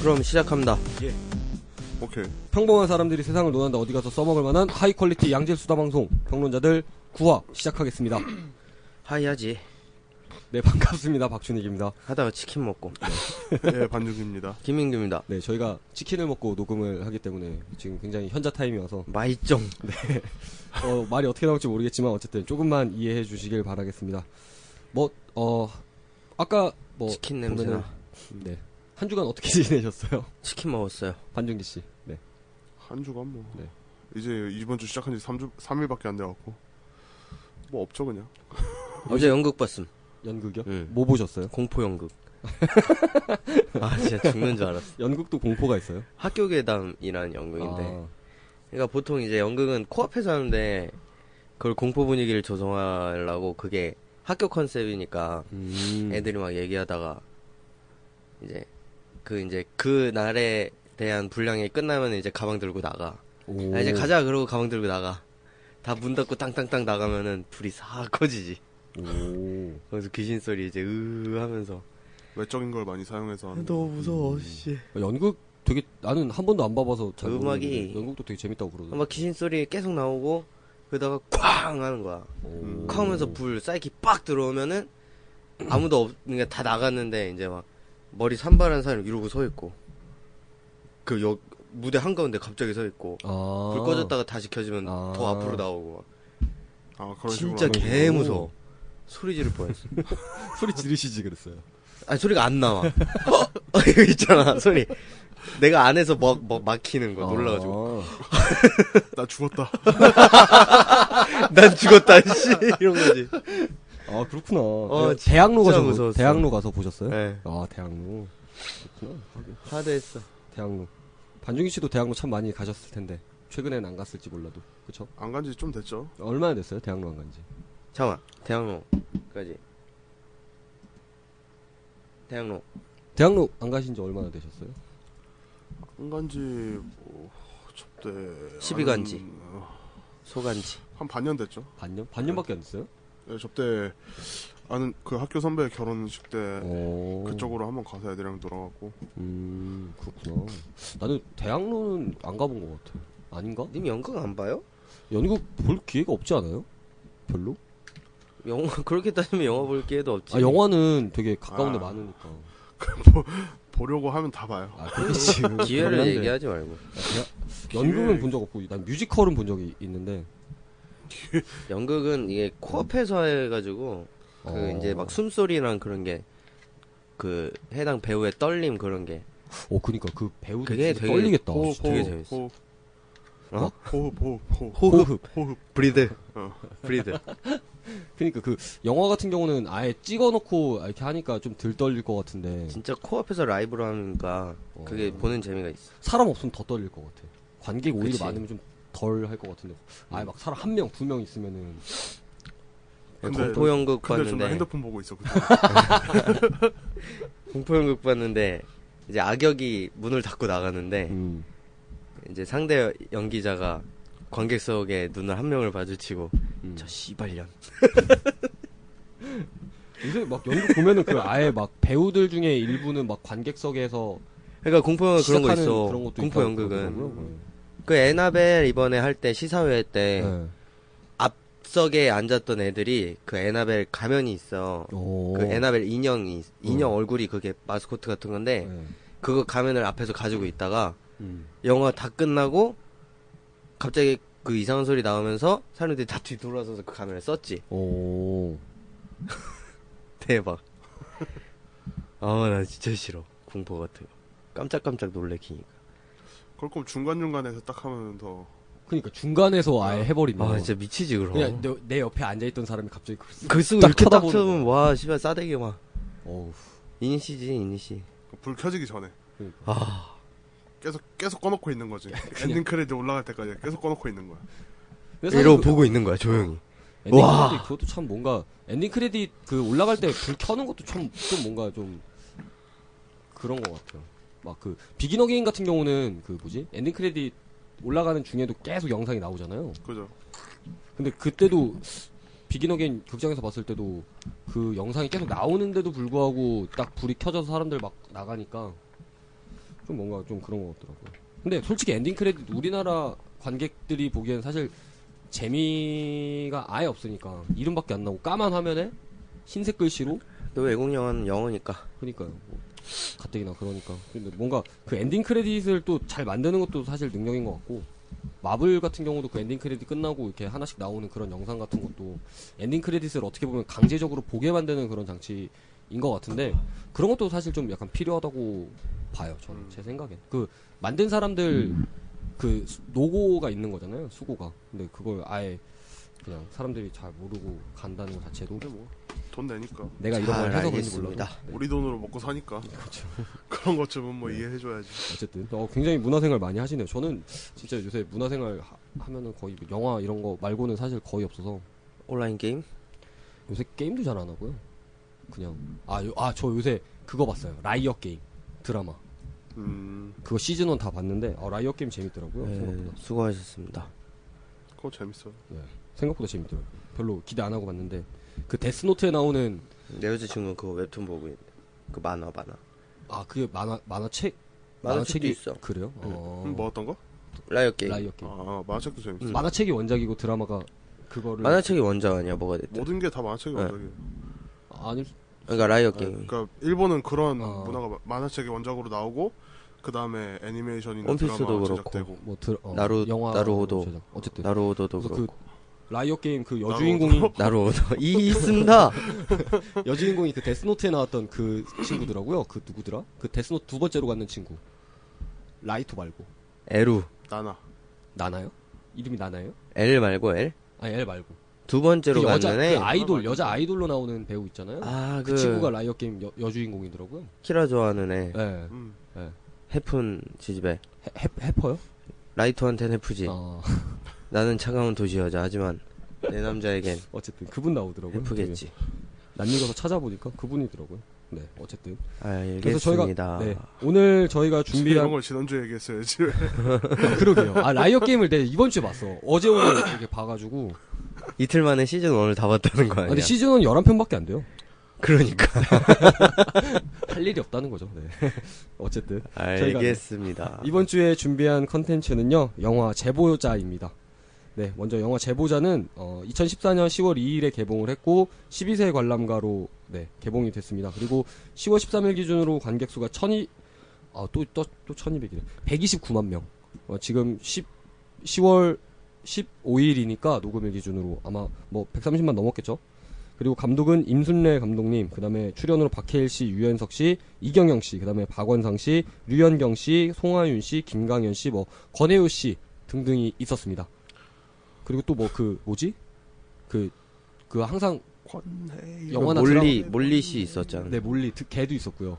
그럼 시작합니다. 오케이. 평범한 사람들이 세상을 논한다 어디 가서 써먹을 만한 하이 퀄리티 양질 수다 방송 평론자들 구화 시작하겠습니다. 하이하지. 네 반갑습니다 박준익입니다. 하다가 치킨 먹고. 예, 반죽입니다. 김민규입니다. 네 저희가 치킨을 먹고 녹음을 하기 때문에 지금 굉장히 현자 타임이 와서 마이쩡. 어, 말이 어떻게 나올지 모르겠지만 어쨌든 조금만 이해해 주시길 바라겠습니다. 뭐 어 아까 뭐 치킨 냄새나. 네한 주간 어떻게 지내셨어요 치킨 먹었어요. 반준기 씨? 네 한 주간 뭐. 네. 이제 이번 주 시작한 지 3주, 3일밖에 안 돼갖고. 뭐 없죠, 그냥. 어제 연극 봤음. 연극이요? 응. 뭐 보셨어요? 공포 연극. 아 진짜 죽는 줄 알았어. 연극도 공포가 있어요? 학교 괴담이라는 연극인데. 아, 그러니까 보통 이제 연극은 코앞에서 하는데 그걸 공포 분위기를 조성하려고 그게 학교 컨셉이니까 음, 애들이 막 얘기하다가 이제 그 이제 그 날에 대한 분량이 끝나면 이제 가방 들고 나가. 오. 아, 이제 가자 그러고 가방 들고 나가. 다 문 닫고 땅땅땅 나가면은 불이 싹 꺼지지. 오. 거기서 귀신 소리 이제 으 하면서 음. 외적인 걸 많이 사용해서 하는. 너무 무서워 씨. 연극 되게 나는 한 번도 안 봐봐서 잘 음악이- 모르겠는데 연극도 되게 재밌다고 그러더라고. 막 귀신 소리 계속 나오고 그러다가 쾅 하는 거야. 오. 쾅 하면서 불 사이키 빡 들어오면은 아무도 없 그러니까 다 나갔는데 이제 막 머리 산발한 사람 이러고 서 있고 그 여, 무대 한가운데 갑자기 서 있고 아. 불 꺼졌다가 다시 켜지면 아. 더 앞으로 나오고 아, 막 그런 식으로. 진짜 하는 거. 개 무서워. 소리 지를 뻔했어. 소리 지르시지 그랬어요. 아니 소리가 안 나와. 어? 이거 있잖아 소리. 내가 안에서 막, 막 막히는 거 놀라가지고 아. 나 죽었다. 난 죽었다 씨 이런 거지. 아, 그렇구나. 어, 대- 대학로 진짜 가서 보- 무서웠어. 대학로 가서 보셨어요? 네. 아 대학로. 그렇구나. 하드했어. 대학로. 반중기 씨도 대학로 참 많이 가셨을 텐데 최근엔 안 갔을지 몰라도 그쵸? 안 간 지 좀 됐죠? 얼마나 됐어요 대학로 안 간지? 잠깐 대학로까지. 대학로 대학로 안 가신 지 얼마나 되셨어요? 안 간지 뭐, 접대. 시비 간지. 한, 어, 소간지. 한 반년 됐죠? 반년? 반년밖에 안 됐어요? 예, 접대. 아는 그 학교 선배 결혼식 네. 때 오. 그쪽으로 한번 가서 애들이랑 놀아갖고. 어. 음 그렇구나. 나는 대학로는 안 가본 것 같아. 아닌가? 님 연극 안 봐요? 연극 볼 기회가 없지 않아요? 별로? 영화 그렇게 따지면 영화 볼 기회도 없지. 아 영화는 되게 가까운 데 아. 많으니까. 보려고 하면 다 봐요. 아 그렇지. 기회를 얘기하지 말고. 연극은 기회를- 본 적 없고 난 뮤지컬은 본 적이 있는데. 연극은 이게 코앞에서 해가지고 그 어. 이제 막 숨소리랑 그런 게 그 해당 배우의 떨림 그런 게 어 그니까 그 배우들 그게 진짜 되게 떨리겠다. 호흡, 진짜. 되게 호흡, 재밌어. 호흡. 어? 호흡, 호흡, 호흡. 호흡. 호흡. 브리드 어. 브리드 그니까 그 영화 같은 경우는 아예 찍어놓고 이렇게 하니까 좀 덜 떨릴 것 같은데 진짜 코앞에서 라이브로 하니까 그게 어. 보는 재미가 있어. 사람 없으면 더 떨릴 것 같아. 관객 오히려 그치. 많으면 좀 덜 할 것 같은데 아예 막 사람 한 명 두 명 있으면은 근데- 공포 연극 근데 존나 봤는데 핸드폰 보고 있어. 그때. 공포 연극 봤는데 이제 악역이 문을 닫고 나가는데 음. 이제 상대 연기자가 관객석에 눈을 한 명을 마주치고 음. 저 씨발년 요새 막 연극 보면은 그 아예 막 배우들 중에 일부는 막 관객석에서 그러니까 공포 연극 그런 거 시작하는 있어 그런 것도 공포 있다고 연극은 그러더라고요. 그 에나벨 이번에 할 때 시사회 때 네. 앞석에 앉았던 애들이 그 에나벨 가면이 있어 오. 어. 그 에나벨 인형이 인형 얼굴이 그게 마스코트 같은 건데 네. 그거 가면을 앞에서 가지고 있다가 음. 영화 다 끝나고 갑자기 그 이상한 소리 나오면서 사람들이 다 뒤돌아서서 그 카메라 썼지 오. 대박 아 나 진짜 싫어 공포 같은 거 깜짝깜짝 놀래키니까 그럴 거면 중간중간에서 딱 하면 더 그러니까 중간에서 아예 해버리면. 아 진짜 미치지 그럼 그냥 내, 내 옆에 앉아있던 사람이 갑자기 그 글 쓰고 딱 이렇게 딱 쳐다보는 쳐보면 와 씨발 싸대기 막 어우. 이니씨지 이니씨 그 불 켜지기 전에 아 계속 계속 꺼놓고 있는 거지. 엔딩 크레딧 올라갈 때까지 계속 꺼놓고 있는 거야. 그래서 이러고 그 보고 있는 거야 조용히 엔딩 와. 크레딧 그것도 참 뭔가 엔딩 크레딧 그 올라갈 때 불 켜는 것도 참 좀 뭔가 좀 그런 것 같아요. 막 그 비긴 어게인 같은 경우는 그 뭐지 엔딩 크레딧 올라가는 중에도 계속 영상이 나오잖아요. 그죠? 근데 그때도 비긴 어게인 극장에서 봤을 때도 그 영상이 계속 나오는데도 불구하고 딱 불이 켜져서 사람들 막 나가니까 좀 뭔가 좀 그런 것 같더라고요. 근데 솔직히 엔딩 크레딧 우리나라 관객들이 보기엔 사실 재미가 아예 없으니까 이름밖에 안 나오고 까만 화면에 흰색 글씨로 또 외국 영화는 영어니까. 그러니까요. 뭐, 가뜩이나 그러니까. 근데 뭔가 그 엔딩 크레딧을 또 잘 만드는 것도 사실 능력인 것 같고 마블 같은 경우도 그 엔딩 크레딧 끝나고 이렇게 하나씩 나오는 그런 영상 같은 것도 엔딩 크레딧을 어떻게 보면 강제적으로 보게 만드는 그런 장치인 것 같은데 그런 것도 사실 좀 약간 필요하다고 봐요. 저는 음. 제 생각엔 그 만든 사람들 그 수- 노고가 있는 거잖아요. 수고가. 근데 그걸 아예 그냥 사람들이 잘 모르고 간다는 것 자체도 근데 뭐돈 내니까 내가 이런 걸 잘 해서 그런지 몰라도 알겠습니다. 네. 우리 돈으로 먹고 사니까 그런 것쯤은 뭐 이해해줘야지. 어쨌든 어, 굉장히 문화생활 많이 하시네요. 저는 진짜 요새 문화생활 하, 하면은 거의 뭐 영화 이런 거 말고는 사실 거의 없어서 온라인 게임? 요새 게임도 잘 안 하고요. 그냥 아아저 요새 그거 봤어요. 라이어 게임 드라마 음, 그거 시즌 1 다 봤는데 어, 라이어 게임 재밌더라고요. 네, 생각보다 네. 수고하셨습니다. 그거 재밌어. 생각보다 재밌더라고요. 별로 기대 안 하고 봤는데 그 데스노트에 나오는 내 여자친구는 그 웹툰 보고 있는데. 그 만화, 만화. 아 그게 만화 만화책 만화책도 있어. 그래요? 어, 음, 뭐 어떤 거? 라이어 게임. 음. 라이어 게임 아 만화책도 재밌어. 만화책이 원작이고 드라마가 그거를 만화책이 원작 아니야, 뭐가 됐든. 모든 게 다 만화책이 네. 원작이에요. 아니 그러니까 라이어 아, 게임. 그러니까 일본은 그런 어. 문화가 마- 만화책의 원작으로 나오고 그 다음에 애니메이션이나 원피스도 드라마 그렇고. 제작되고 뭐 드라 어, 나루- 영화 나루호도. 제작. 어쨌든 나루오도도 그래서 그렇고. 그 라이어 게임 그 여주인공이 나루오도. 이 있습니다! 여주인공이 그 데스노트에 나왔던 그 친구더라고요. 그 누구더라? 그 데스노트 두 번째로 갔는 친구. 라이토 말고 에루. 나나 나나요? 이름이 나나요? 엘 말고 엘? 아니 엘 말고 두 번째로 그 여자 갔는 애. 그 아이돌 여자 아이돌로 나오는 배우 있잖아요. 아, 그, 그, 친구가 라이어 게임 여, 여주인공이더라고요. 키라 좋아하는 애. 예. 네. 음. 해픈 지집애. 해, 퍼요 아, 라이터한텐 해프지. 어. 나는 차가운 도시 여자. 하지만 내 남자에겐 어쨌든 그분 나오더라고요. 해프겠지. 난 읽어서 찾아보니까 그분이더라고요. 네, 어쨌든. 그래서 아, 알겠습니다. 저희가 네, 오늘 저희가 이런 준비한 걸 지난주에 얘기했어야지. 왜. 아, 그러게요. 아 라이어 게임을 내가 이번 주에 봤어. 어제 오늘 이렇게 봐가지고. 이틀 만에 시즌 1을 다 봤다는 거 아, 아니야? 근데 시즌은 11편밖에 안 돼요. 그러니까. 할 일이 없다는 거죠. 네. 어쨌든 아, 저희가 네, 알겠습니다. 이번 주에 준비한 컨텐츠는요. 영화 제보자입니다. 네, 먼저 영화 제보자는 어, 2014년 10월 2일에 개봉을 했고 12세 관람가로 네, 개봉이 됐습니다. 그리고 10월 13일 기준으로 관객 수가 1 아, 또, 또, 또 1200이래. 129만 명. 어, 지금 10, 10월 15일이니까 녹음일 기준으로 아마 뭐 130만 넘었겠죠? 그리고 감독은 임순례 감독님, 그 다음에 출연으로 박해일 씨, 유현석 씨, 이경영 씨, 그 다음에 박원상 씨, 류현경 씨, 송하윤 씨, 김강현 씨, 뭐, 권혜우 씨 등등이 있었습니다. 그리고 또 뭐 그, 뭐지? 그, 그 항상 영화나 몰리 몰리 씨 있었잖아. 네, 몰리 드- 걔도 있었고요.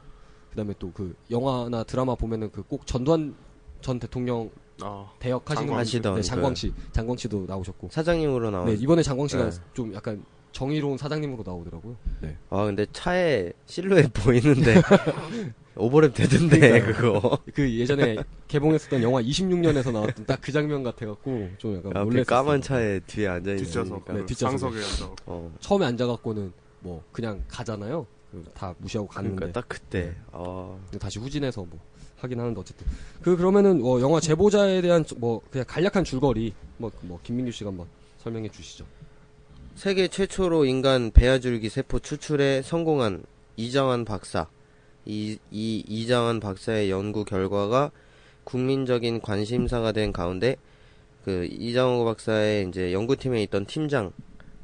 그다음에 또 그 영화나 드라마 보면은 그 꼭 전두환 전 대통령 아 대역 하시는 장광 하시던 네, 그 장광 씨, 장광 씨도 나오셨고. 사장님으로 나온. 네, 이번에 장광 씨가 네. 좀 약간 정의로운 사장님으로 나오더라고요. 네. 아 근데 차에 실루엣 보이는데 오버랩 되던데 그거. 그 예전에 개봉했었던 영화 26년에서 나왔던 딱 그 장면 같아갖고 좀 약간 앞에 놀랬어요. 까만 차에 뒤에 앉아 있으니까. 뒷좌석 네, 그 뒷좌석에. 상석에 앉아. 어. 처음에 앉아갖고는 뭐 그냥 가잖아요. 그다 무시하고 가는데. 그러니까 딱 그때. 네. 어. 근데 다시 후진해서 뭐 하긴 하는데 어쨌든 그 그러면은 어, 영화 제보자에 대한 저- 뭐 그냥 간략한 줄거리 뭐 뭐 김민규 씨가 한번 설명해 주시죠. 세계 최초로 인간 배아줄기 세포 추출에 성공한 이장환 박사. 이, 이 이장환 박사의 연구 결과가 국민적인 관심사가 된 가운데 그 이장호 박사의 이제 연구팀에 있던 팀장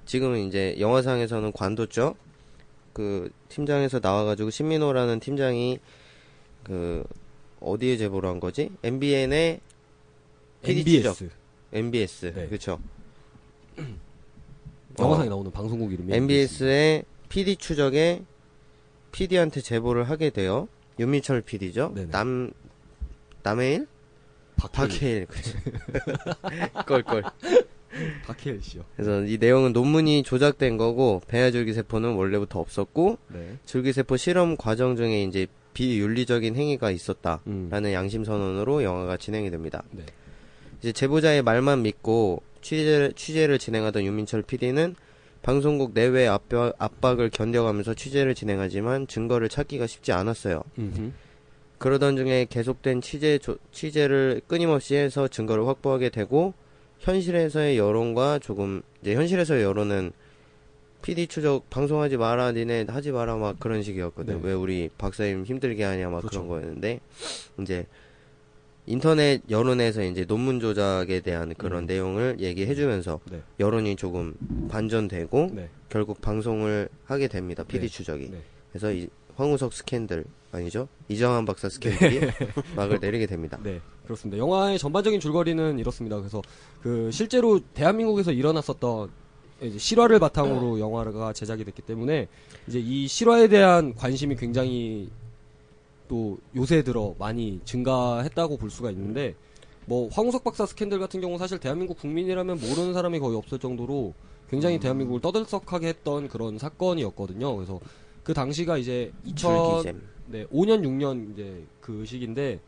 지금은 이제 영화상에서는 관뒀죠. 그 팀장에서 나와가지고 신민호라는 팀장이 그 어디에 제보를 한 거지? MBN의 PD죠. MBS MBS 네. 그쵸? 영화상에 나오는 방송국 이름이 MBS의 PD 추적에 PD한테 제보를 하게 돼요. 윤미철 PD죠. 네네. 남 남해일? 박해일 박해일. 껄껄. 박해일 씨요. 그래서 이 내용은 논문이 조작된 거고 배아줄기 세포는 원래부터 없었고 네. 줄기세포 실험 과정 중에 이제 비윤리적인 행위가 있었다. 음. 라는 양심 선언으로 영화가 진행이 됩니다. 네. 이제 제보자의 말만 믿고 취재, 취재를 진행하던 유민철 PD는 방송국 내외 압박, 압박을 견뎌가면서 취재를 진행하지만 증거를 찾기가 쉽지 않았어요. 음흠. 그러던 중에 계속된 취재 조- 취재를 끊임없이 해서 증거를 확보하게 되고 현실에서의 여론과 조금 이제 현실에서의 여론은 PD 추적 방송하지 마라 니네 하지 마라 막 그런 식이었거든. 네. 왜 우리 박사님 힘들게 하냐 막 그렇죠. 그런 거였는데 이제 인터넷 여론에서 이제 논문 조작에 대한 그런 음. 내용을 얘기해 주면서 네. 여론이 조금 반전되고 네. 결국 방송을 하게 됩니다. PD 네. 추적이. 네. 그래서 이 황우석 스캔들 아니죠? 이정환 박사 스캔들이 막을 내리게 됩니다. 네, 그렇습니다. 영화의 전반적인 줄거리는 이렇습니다. 그래서 그 실제로 대한민국에서 일어났었던 이제 실화를 네. 바탕으로 영화가 제작이 됐기 때문에 이제 이 실화에 대한 관심이 굉장히 또 요새 들어 많이 증가했다고 볼 수가 있는데 뭐 황우석 박사 스캔들 같은 경우 사실 대한민국 국민이라면 모르는 사람이 거의 없을 정도로 음. 굉장히 대한민국을 떠들썩하게 했던 그런 사건이었거든요. 그래서 그 당시가 이제 2000 줄기잼. 네, 5년, 6년 이제 그 시기인데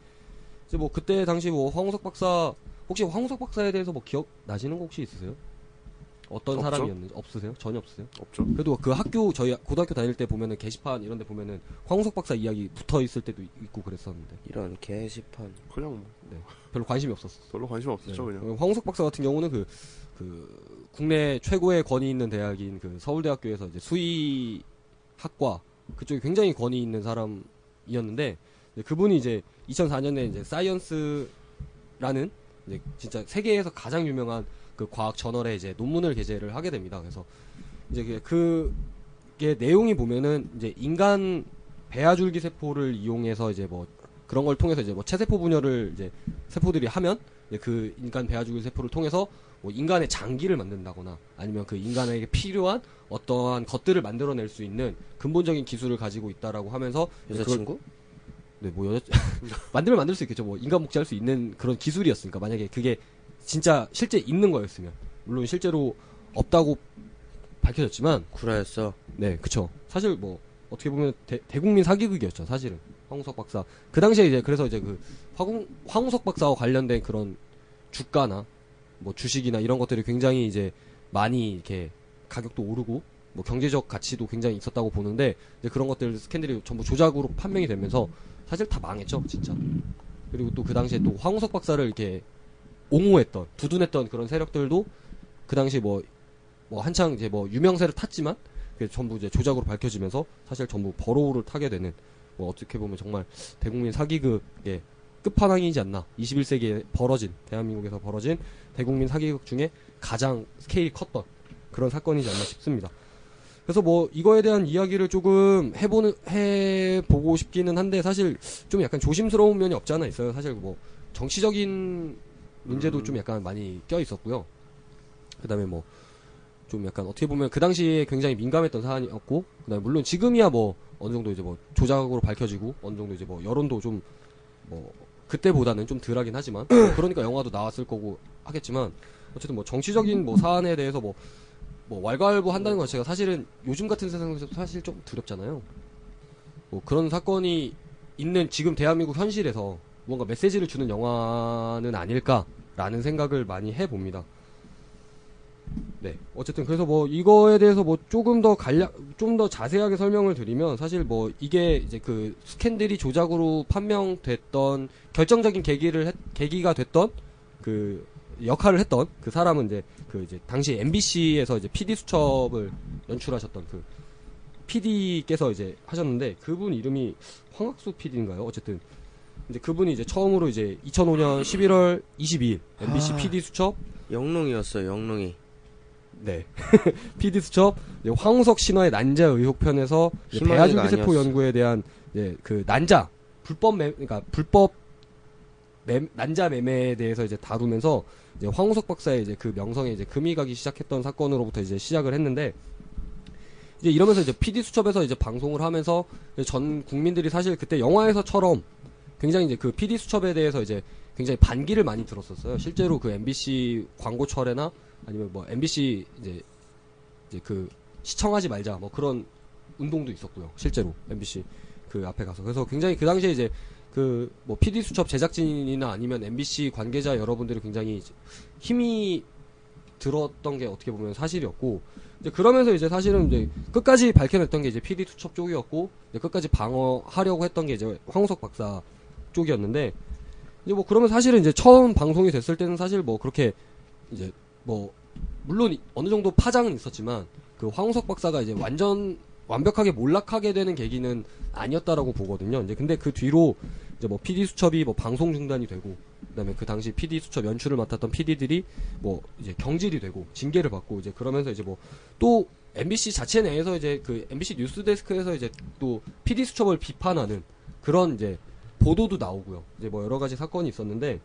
이제 뭐 그때 당시 뭐 황우석 박사 혹시 황우석 박사에 대해서 뭐 기억 나시는 거 혹시 있으세요? 어떤 없죠. 사람이었는지 없으세요? 전혀 없으세요? 없죠. 그래도 그 학교 저희 고등학교 다닐 때 보면은 게시판 이런 데 보면은 황우석 박사 이야기 붙어 있을 때도 있고 그랬었는데 이런 게시판. 그냥 뭐 별로 관심이 없었어요. 별로 관심 네. 없었죠 그렇죠, 그냥. 어, 황우석 박사 같은 경우는 그, 그 국내 최고의 권위 있는 대학인 그 서울대학교에서 이제 수의학과 그쪽이 굉장히 권위 있는 사람이었는데 이제 그분이 이제 2004년에 이제 사이언스라는 이제 진짜 세계에서 가장 유명한 그 과학 저널에 이제 논문을 게재를 하게 됩니다. 그래서 이제 그게 그게 내용이 보면은 이제 인간 배아줄기 세포를 이용해서 이제 뭐 그런 걸 통해서 이제 뭐 체세포 분열을 이제 세포들이 하면 이제 그 인간 배아줄기 세포를 통해서 뭐 인간의 장기를 만든다거나 아니면 그 인간에게 필요한 어떠한 것들을 만들어낼 수 있는 근본적인 기술을 가지고 있다라고 하면서 이제 그걸 여자친구? 네, 뭐 여자 만들면 만들 수 있겠죠. 뭐 인간 복제할 수 있는 그런 기술이었으니까 만약에 그게 진짜 실제 있는 거였으면 물론 실제로 없다고 밝혀졌지만 구라였어. 네, 그쵸. 사실 뭐 어떻게 보면 대, 대국민 사기극이었죠. 사실은 황우석 박사 그 당시에 이제 그래서 이제 그 황, 황우석 박사와 관련된 그런 주가나 뭐 주식이나 이런 것들이 굉장히 이제 많이 이렇게 가격도 오르고 뭐 경제적 가치도 굉장히 있었다고 보는데 이제 그런 것들 스캔들이 전부 조작으로 판명이 되면서 사실 다 망했죠, 진짜. 그리고 또 그 당시에 또 황우석 박사를 이렇게 옹호했던, 두둔했던 그런 세력들도 그 당시 뭐, 뭐 한창 이제 뭐 유명세를 탔지만 그게 전부 이제 조작으로 밝혀지면서 사실 전부 버로우를 타게 되는 뭐 어떻게 보면 정말 대국민 사기극의 끝판왕이지 않나. 21세기에 벌어진, 대한민국에서 벌어진 대국민 사기극 중에 가장 스케일이 컸던 그런 사건이지 않나 싶습니다. 그래서 뭐 이거에 대한 이야기를 조금 해보는 해보고 싶기는 한데 사실 좀 약간 조심스러운 면이 없지 않아 있어요. 사실 뭐 정치적인 문제도 좀 약간 많이 껴 있었고요. 그다음에 뭐 좀 약간 어떻게 보면 그 당시에 굉장히 민감했던 사안이었고, 그다음에 물론 지금이야 뭐 어느 정도 이제 뭐 조작으로 밝혀지고 어느 정도 이제 뭐 여론도 좀 뭐 그때보다는 좀 덜하긴 하지만 뭐 그러니까 영화도 나왔을 거고 하겠지만 어쨌든 뭐 정치적인 뭐 사안에 대해서 뭐 뭐 왈가왈부 한다는 건 제가 사실은 요즘 같은 세상에서 사실 좀 두렵잖아요. 뭐 그런 사건이 있는 지금 대한민국 현실에서 뭔가 메시지를 주는 영화는 아닐까라는 생각을 많이 해봅니다. 네. 어쨌든 그래서 뭐 이거에 대해서 뭐 조금 더 간략, 좀 더 자세하게 설명을 드리면 사실 뭐 이게 이제 그 스캔들이 조작으로 판명됐던 결정적인 계기를 했- 계기가 됐던 그 역할을 했던 그 사람은 이제 그 이제 당시 MBC에서 이제 PD 수첩을 연출하셨던 그 PD께서 이제 하셨는데 그분 이름이 황학수 PD인가요? 어쨌든 이제 그분이 이제 처음으로 이제 2005년 11월 22일 MBC 아. PD 수첩 영롱이었어, 영롱이. 네. PD 수첩 이제 황우석 신화의 난자 의혹 편에서 이제 신화가 배아줄기 세포 아니었어. 연구에 대한 이제 그 난자 불법 매 그러니까 불법 매, 난자 매매에 대해서 이제 다루면서 이제 황우석 박사의 이제 그 명성에 이제 금이 가기 시작했던 사건으로부터 이제 시작을 했는데 이제 이러면서 이제 PD 수첩에서 이제 방송을 하면서 이제 전 국민들이 사실 그때 영화에서처럼 굉장히 이제 그 PD 수첩에 대해서 이제 굉장히 반기를 많이 들었었어요. 실제로 그 MBC 광고 철회나 아니면 뭐 MBC 이제 이제 그 시청하지 말자 뭐 그런 운동도 있었고요. 실제로 MBC 그 앞에 가서 그래서 굉장히 그 당시에 이제 그 뭐 PD 수첩 제작진이나 아니면 MBC 관계자 여러분들이 굉장히 이제 힘이 들었던 게 어떻게 보면 사실이었고 이제 그러면서 이제 사실은 이제 끝까지 밝혀냈던 게 이제 PD 수첩 쪽이었고 이제 끝까지 방어하려고 했던 게 이제 황우석 박사 쪽이었는데 이제 뭐 그러면 사실은 이제 처음 방송이 됐을 때는 사실 뭐 그렇게 이제 뭐 물론 이- 어느 정도 파장은 있었지만 그 황우석 박사가 이제 완전 완벽하게 몰락하게 되는 계기는 아니었다라고 보거든요. 이제 근데 그 뒤로 이제 뭐 PD 수첩이 뭐 방송 중단이 되고 그다음에 그 당시 PD 수첩 연출을 맡았던 PD들이 뭐 이제 경질이 되고 징계를 받고 이제 그러면서 이제 뭐 또 MBC 자체 내에서 이제 그 MBC 뉴스데스크에서 이제 또 PD 수첩을 비판하는 그런 이제 보도도 나오고요. 이제 뭐 여러 가지 사건이 있었는데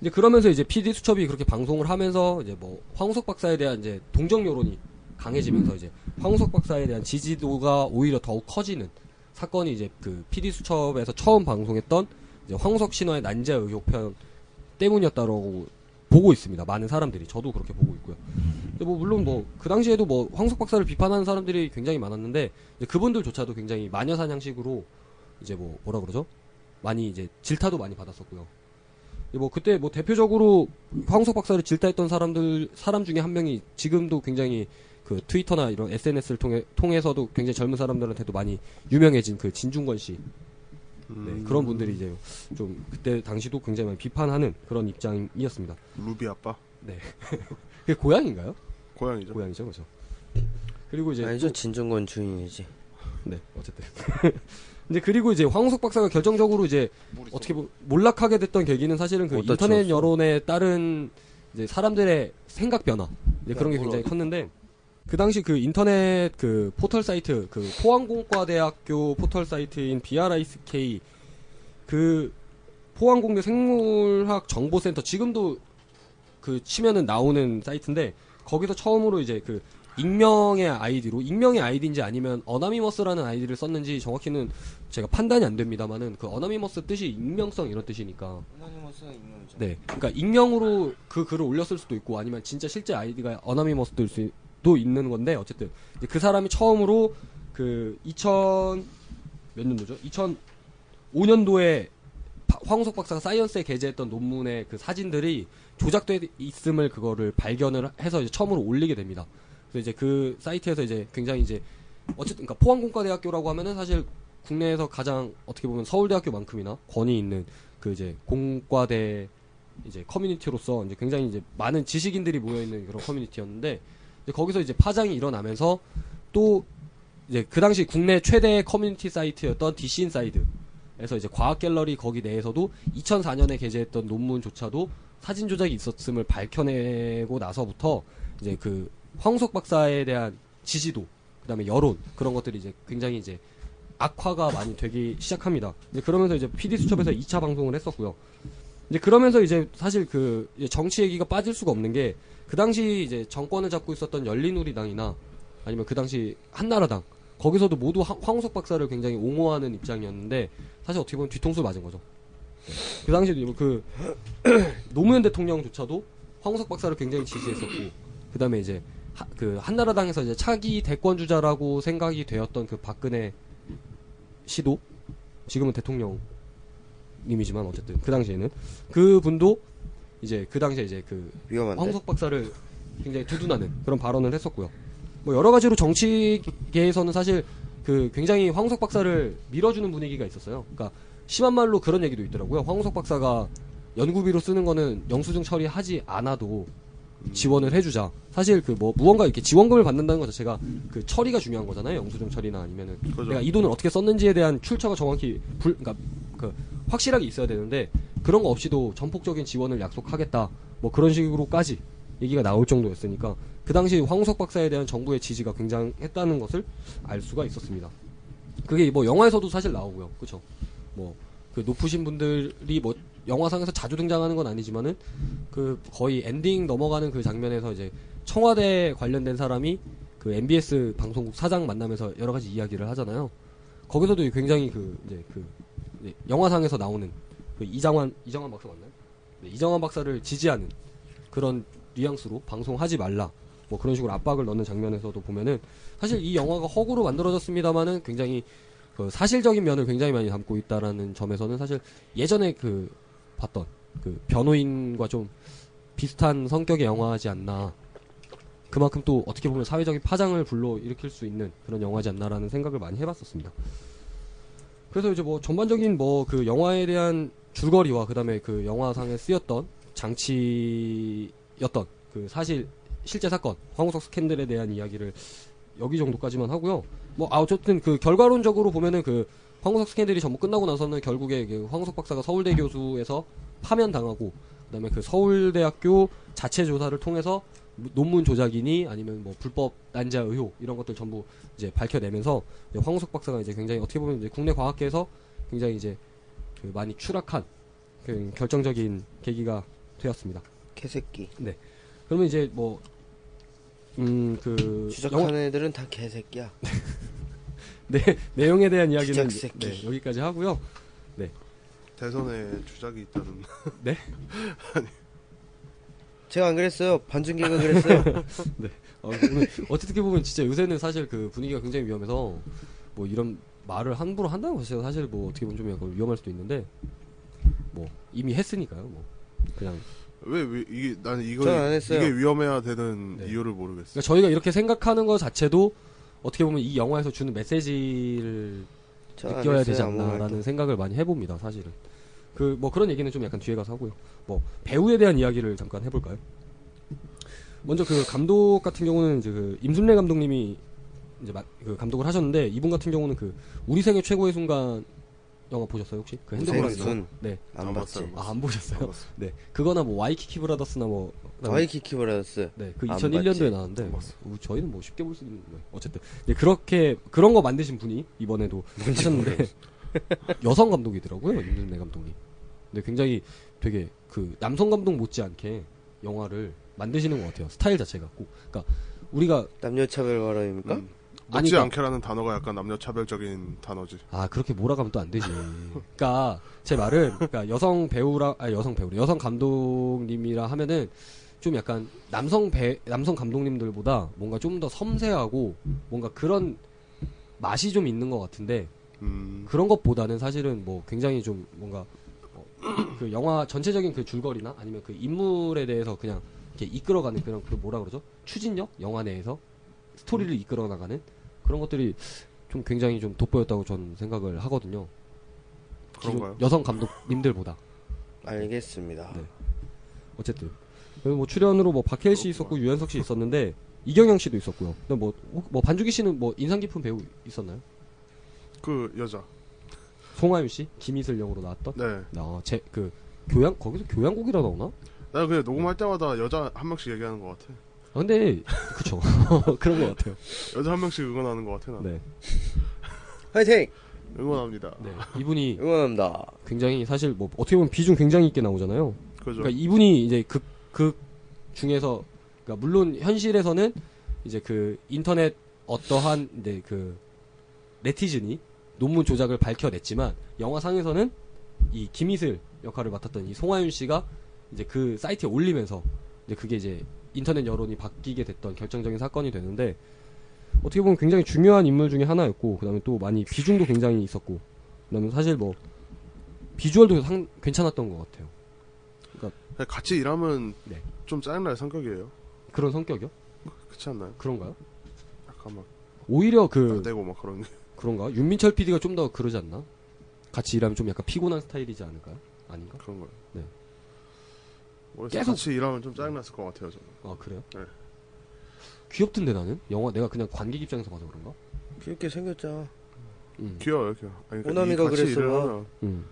이제 그러면서 이제 PD 수첩이 그렇게 방송을 하면서 이제 뭐 황우석 박사에 대한 이제 동정 여론이 강해지면서 이제 황우석 박사에 대한 지지도가 오히려 더욱 커지는 사건이 이제 그 PD 수첩에서 처음 방송했던 이제 황우석 신화의 난제 의혹편 때문이었다라고 보고 있습니다. 많은 사람들이 저도 그렇게 보고 있고요. 근데 뭐 물론 뭐 그 당시에도 뭐 황석 박사를 비판하는 사람들이 굉장히 많았는데 이제 그분들조차도 굉장히 마녀 사냥식으로 이제 뭐 뭐라 그러죠? 많이 이제 질타도 많이 받았었고요. 근데 뭐 그때 뭐 대표적으로 황석 박사를 질타했던 사람들 사람 중에 한 명이 지금도 굉장히 그 트위터나 이런 SNS를 통해 통해서도 굉장히 젊은 사람들한테도 많이 유명해진 그 진중권 씨 네, 음, 그런 분들이 이제 좀 그때 당시도 굉장히 많이 비판하는 그런 입장이었습니다. 루비 아빠 그게 고향인가요? 고양이죠. 고향이죠, 그죠. 그리고 이제 아니죠 진중권 주인이지 네, 어쨌든. 근데 그리고 이제 황우석 박사가 결정적으로 이제 어떻게 보면 몰락하게 됐던 계기는 사실은 그 어디다 인터넷 지웠어? 여론에 따른 이제 사람들의 생각 변화 이제 그런 게 야, 굉장히 뭐라. 컸는데 그 당시 그 인터넷 그 포털 사이트 그 포항공과대학교 포털 사이트인 BRISK 그 포항공대 생물학 정보센터 지금도 그 치면은 나오는 사이트인데 거기서 처음으로 이제 그 익명의 아이디로 익명의 아이디인지 아니면 어나미머스라는 아이디를 썼는지 정확히는 제가 판단이 안 됩니다만은 그 어나미머스 뜻이 익명성 이런 뜻이니까 네 그러니까 익명으로 그 글을 올렸을 수도 있고 아니면 진짜 실제 아이디가 어나미머스도 수- 또 있는 건데 어쨌든 이제 그 사람이 처음으로 그 2000 몇 년도죠 2005년도에 황우석 박사가 사이언스에 게재했던 논문의 그 사진들이 조작돼 있음을 그거를 발견을 해서 이제 처음으로 올리게 됩니다. 그래서 이제 그 사이트에서 이제 굉장히 이제 어쨌든 그러니까 포항공과대학교라고 하면은 사실 국내에서 가장 어떻게 보면 서울대학교만큼이나 권위 있는 그 이제 공과대 이제 커뮤니티로서 이제 굉장히 이제 많은 지식인들이 모여 있는 그런 커뮤니티였는데 이제 거기서 이제 파장이 일어나면서 또 이제 그 당시 국내 최대 커뮤니티 사이트였던 DC 인사이드에서 이제 과학 갤러리 거기 내에서도 2004년에 게재했던 논문조차도 사진 조작이 있었음을 밝혀내고 나서부터 이제 그 황우석 박사에 대한 지지도 그다음에 여론 그런 것들이 이제 굉장히 이제 악화가 많이 되기 시작합니다. 이제 그러면서 이제 PD 수첩에서 2차 방송을 했었고요. 이제 그러면서 이제 사실 그 이제 정치 얘기가 빠질 수가 없는 게 그 당시 이제 정권을 잡고 있었던 열린우리당이나 아니면 그 당시 한나라당 거기서도 모두 하- 황우석 박사를 굉장히 옹호하는 입장이었는데 사실 어떻게 보면 뒤통수 를 맞은 거죠. 그 당시도 그 노무현 대통령조차도 황우석 박사를 굉장히 지지했었고 그다음에 이제 하- 그 한나라당에서 이제 차기 대권 주자라고 생각이 되었던 그 박근혜 시도 지금은 대통령님이지만 어쨌든 그 당시에는 그 분도 이제 그 당시에 이제 그 위험한데 황석 박사를 굉장히 두둔하는 그런 발언을 했었고요. 뭐 여러 가지로 정치계에서는 사실 그 굉장히 황석 박사를 밀어주는 분위기가 있었어요. 그러니까 심한 말로 그런 얘기도 있더라고요. 황석 박사가 연구비로 쓰는 거는 영수증 처리하지 않아도 지원을 해주자. 사실 그 뭐 무언가 이렇게 지원금을 받는다는 것 자체가 그 처리가 중요한 거잖아요. 영수증 처리나 아니면은 그죠. 내가 이 돈을 어떻게 썼는지에 대한 출처가 정확히 불, 그러니까 그 확실하게 있어야 되는데 그런 거 없이도 전폭적인 지원을 약속하겠다. 뭐 그런 식으로까지 얘기가 나올 정도였으니까 그 당시 황우석 박사에 대한 정부의 지지가 굉장했다는 것을 알 수가 있었습니다. 그게 뭐 영화에서도 사실 나오고요. 그렇죠. 뭐 그 높으신 분들이 뭐 영화상에서 자주 등장하는 건 아니지만은 그 거의 엔딩 넘어가는 그 장면에서 이제 청와대 관련된 사람이 그 MBS 방송국 사장 만나면서 여러 가지 이야기를 하잖아요. 거기서도 굉장히 그 이제 그 이제 영화상에서 나오는 그 이장환 이장환 박사 맞나요? 네, 이장환 박사를 지지하는 그런 뉘앙스로 방송하지 말라 뭐 그런 식으로 압박을 넣는 장면에서도 보면은 사실 이 영화가 허구로 만들어졌습니다만은 굉장히 그 사실적인 면을 굉장히 많이 담고 있다라는 점에서는 사실 예전에 그 봤던 그 변호인과 좀 비슷한 성격의 영화지 않나 그만큼 또 어떻게 보면 사회적인 파장을 불러 일으킬 수 있는 그런 영화지 않나라는 생각을 많이 해봤었습니다. 그래서 이제 뭐 전반적인 뭐 그 영화에 대한 줄거리와 그다음에 그 영화상에 쓰였던 장치였던 그 사실 실제 사건 황우석 스캔들에 대한 이야기를 여기 정도까지만 하고요. 뭐 아, 어쨌든 그 결과론적으로 보면은 그 황우석 스캔들이 전부 끝나고 나서는 결국에 그 황우석 박사가 서울대 교수에서 파면 당하고 그다음에 그 서울대학교 자체 조사를 통해서 논문 조작이니 아니면 뭐 불법 난자 의혹 이런 것들 전부 이제 밝혀내면서 이제 황우석 박사가 이제 굉장히 어떻게 보면 이제 국내 과학계에서 굉장히 이제 그 많이 추락한 그 결정적인 계기가 되었습니다. 개새끼. 그러면 이제 뭐 음, 그 주작하는 애들은 다 개새끼야. 네, 내용에 대한 이야기는 주작 새끼. 네, 여기까지 하고요. 대선에 주작이 있다는 제가 안 그랬어요. 반준기가 그랬어요. 어, 그러면 어떻게 보면 진짜 요새는 사실 그 분위기가 굉장히 위험해서 뭐 이런 말을 함부로 한다는 것이 사실 뭐 어떻게 보면 좀 약간 위험할 수도 있는데 뭐 이미 했으니까요. 뭐 그냥 왜, 왜 이게 나는 이거 저는 안 했어요. 이게 위험해야 되는 네. 이유를 모르겠어. 그러니까 저희가 이렇게 생각하는 것 자체도 어떻게 보면 이 영화에서 주는 메시지를 저안 느껴야 했어요, 되지 아무 말도. 않나라는 생각을 많이 해봅니다. 사실은 그 뭐 그런 얘기는 좀 약간 뒤에 가서 하고요. 뭐 배우에 대한 이야기를 잠깐 해볼까요? 먼저 그 감독 같은 경우는 이제 그 임순례 감독님이 이제 마- 그 감독을 하셨는데 이분 같은 경우는 그 우리 생애 최고의 순간 영화 보셨어요 혹시? 그 핸드볼에서 생순. 네. 안 봤지. 봤어요. 아안 보셨어요? 봤어. 네. 그거나 뭐 와이키키 브라더스나 뭐 그다음에 와이키키 브라더스. 네, 그 안 2001년도에 봤지. 나왔는데 안 봤어. 어, 저희는 뭐 쉽게 볼 수 있는 거예요. 어쨌든 네, 그렇게 그런 거 만드신 분이 이번에도 하셨는데 여성 감독이더라고요 임준래 감독이. 근데 굉장히 되게 그 남성 감독 못지않게 영화를 만드시는 것 같아요. 스타일 자체가 꼭. 그러니까 우리가 남녀차별 발언입니까? 음. 아니, 못지 그러니까- 않게라는 단어가 약간 남녀 차별적인 단어지. 아 그렇게 몰아가면 또 안 되지. 그러니까 제 말은 그러니까 여성 배우라 아 여성 배우 여성 감독님이라 하면은 좀 약간 남성 배 남성 감독님들보다 뭔가 좀 더 섬세하고 뭔가 그런 맛이 좀 있는 것 같은데 음. 그런 것보다는 사실은 뭐 굉장히 좀 뭔가 어, 그 영화 전체적인 그 줄거리나 아니면 그 인물에 대해서 그냥 이렇게 이끌어가는 그런 그 뭐라 그러죠 추진력 영화 내에서 스토리를 음. 이끌어 나가는 그런 것들이 좀 굉장히 좀 돋보였다고 저는 생각을 하거든요. 기존 그런가요? 여성 감독님들보다 알겠습니다. 네. 어쨌든 그리고 뭐 출연으로 뭐 박해일 씨 있었고 그렇구나. 유연석 씨 있었는데 이경영 씨도 있었고요. 근데 뭐, 혹- 뭐 반주기 씨는 뭐 인상 깊은 배우 있었나요? 그 여자. 송하윤 씨, 김희슬 역으로 나왔던. 네. 아, 제 그 교양 거기서 교양곡이라 나오나? 나 그냥 녹음할 때마다 여자 한 명씩 얘기하는 것 같아. 아, 근데 그쵸 어, 그런 것 같아요. 여자 한 명씩 응원하는 것 같아 나. 네, 화이팅! 응원합니다. 네 이분이 응원합니다. 굉장히 사실 뭐 어떻게 보면 비중 굉장히 있게 나오잖아요. 그죠. 그러니까 이분이 이제 극, 극 중에서 그러니까 물론 현실에서는 이제 그 인터넷 어떠한 이제 그 네티즌이 논문 조작을 밝혀냈지만 영화상에서는 이 김희슬 역할을 맡았던 이 송하윤 씨가 이제 그 사이트에 올리면서 이제 그게 이제 인터넷 여론이 바뀌게 됐던 결정적인 사건이 되는데 어떻게 보면 굉장히 중요한 인물 중에 하나였고 그다음에 또 많이 비중도 굉장히 있었고 그다음에 사실 뭐 비주얼도 상, 괜찮았던 것 같아요. 그냥 같이 일하면 네. 좀 짜증날 성격이에요. 그런 성격이요? 그렇지 않나요? 그런가요? 약간 막 오히려 그 나대고 막 그런. 게. 그런가? 윤민철 PD가 좀 더 그러지 않나? 같이 일하면 좀 약간 피곤한 스타일이지 않을까요? 아닌가? 그런 거예요. 네. 그래서 계속- 같이 일하면 좀 짜증났을 것 같아요. 저는. 아 그래요? 네. 귀엽던데 나는 영화 내가 그냥 관객 입장에서 봐서 그런가? 귀엽게 생겼잖아. 음. 귀여워요, 귀여워. 아니, 그러니까 오나미가 이 같이 그랬어, 일을 봐. 하면 음.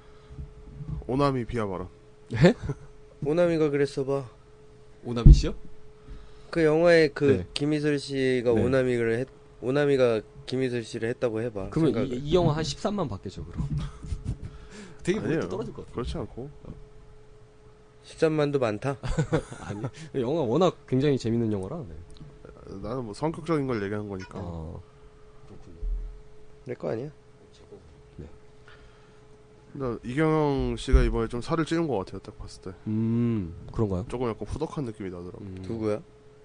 오나미 비하 발언. 네? 오나미가 그랬어 봐. 오나미 씨요? 그 영화에 그 네. 김희슬 씨가 네. 오나미를 했 오나미가 김희슬 씨를 했다고 해봐. 그러면 이, 생각을. 이 영화 한 13만 받겠죠 그럼. 되게 아니에요. 머리도 떨어질 것 같아. 그렇지 않고 13만도 많다. 아니 영화 워낙 굉장히 재밌는 영화라. 네. 나는 뭐 성격적인 걸 얘기한 거니까. 아 그렇군요. 내 거 아니야? 근데 이경영 씨가 이번에 좀 살을 찌운 것 같아요. 딱 봤을 때 음 그런가요? 조금 약간 후덕한 느낌이 나더라고. 음, 누구야?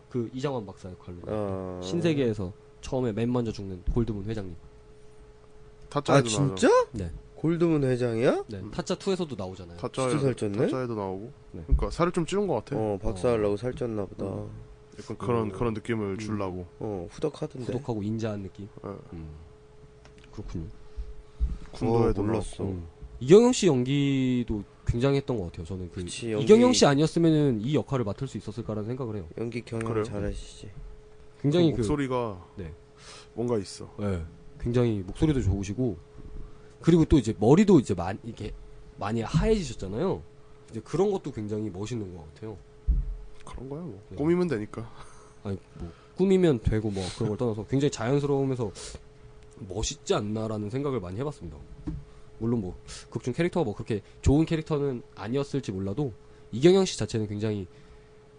그 이장원 박사 역할로 어... 신세계에서 처음에 맨 먼저 죽는 골드문 회장님. 아 타짜에도 나오죠. 진짜? 네. 골드문 회장이야? 네, 타짜 2에서도 나오잖아요. 타짜에, 진짜 살쪘네? 타짜에도 나오고. 네. 그러니까 살을 좀 찌운 것 같아. 어 박사하려고 살쪘나 보다. 약간 그런 음. 그런 느낌을 주려고. 어 후덕하던데. 음. 구독하고 인자한 느낌. 어. 음. 그렇군요. 군도에도 어, 몰랐어. 나왔고. 음. 이경영 씨 연기도 굉장했던 것 같아요. 저는 그 그치, 연기- 이경영 씨 아니었으면은 이 역할을 맡을 수 있었을까라는 생각을 해요. 연기 경영 그래요? 잘하시지. 굉장히 그 그 목소리가 네. 뭔가 있어. 예. 굉장히 목소리도 좋으시고 그리고 또 이제 머리도 이제 많이 이렇게 많이 하얘지셨잖아요. 이제 그런 것도 굉장히 멋있는 것 같아요. 그런 거야 뭐. 네. 꾸미면 되니까. 아니 뭐 꾸미면 되고 뭐 그런 걸 떠나서 굉장히 자연스러우면서 멋있지 않나라는 생각을 많이 해봤습니다. 물론 뭐 극중 캐릭터가 뭐 그렇게 좋은 캐릭터는 아니었을지 몰라도 이경영 씨 자체는 굉장히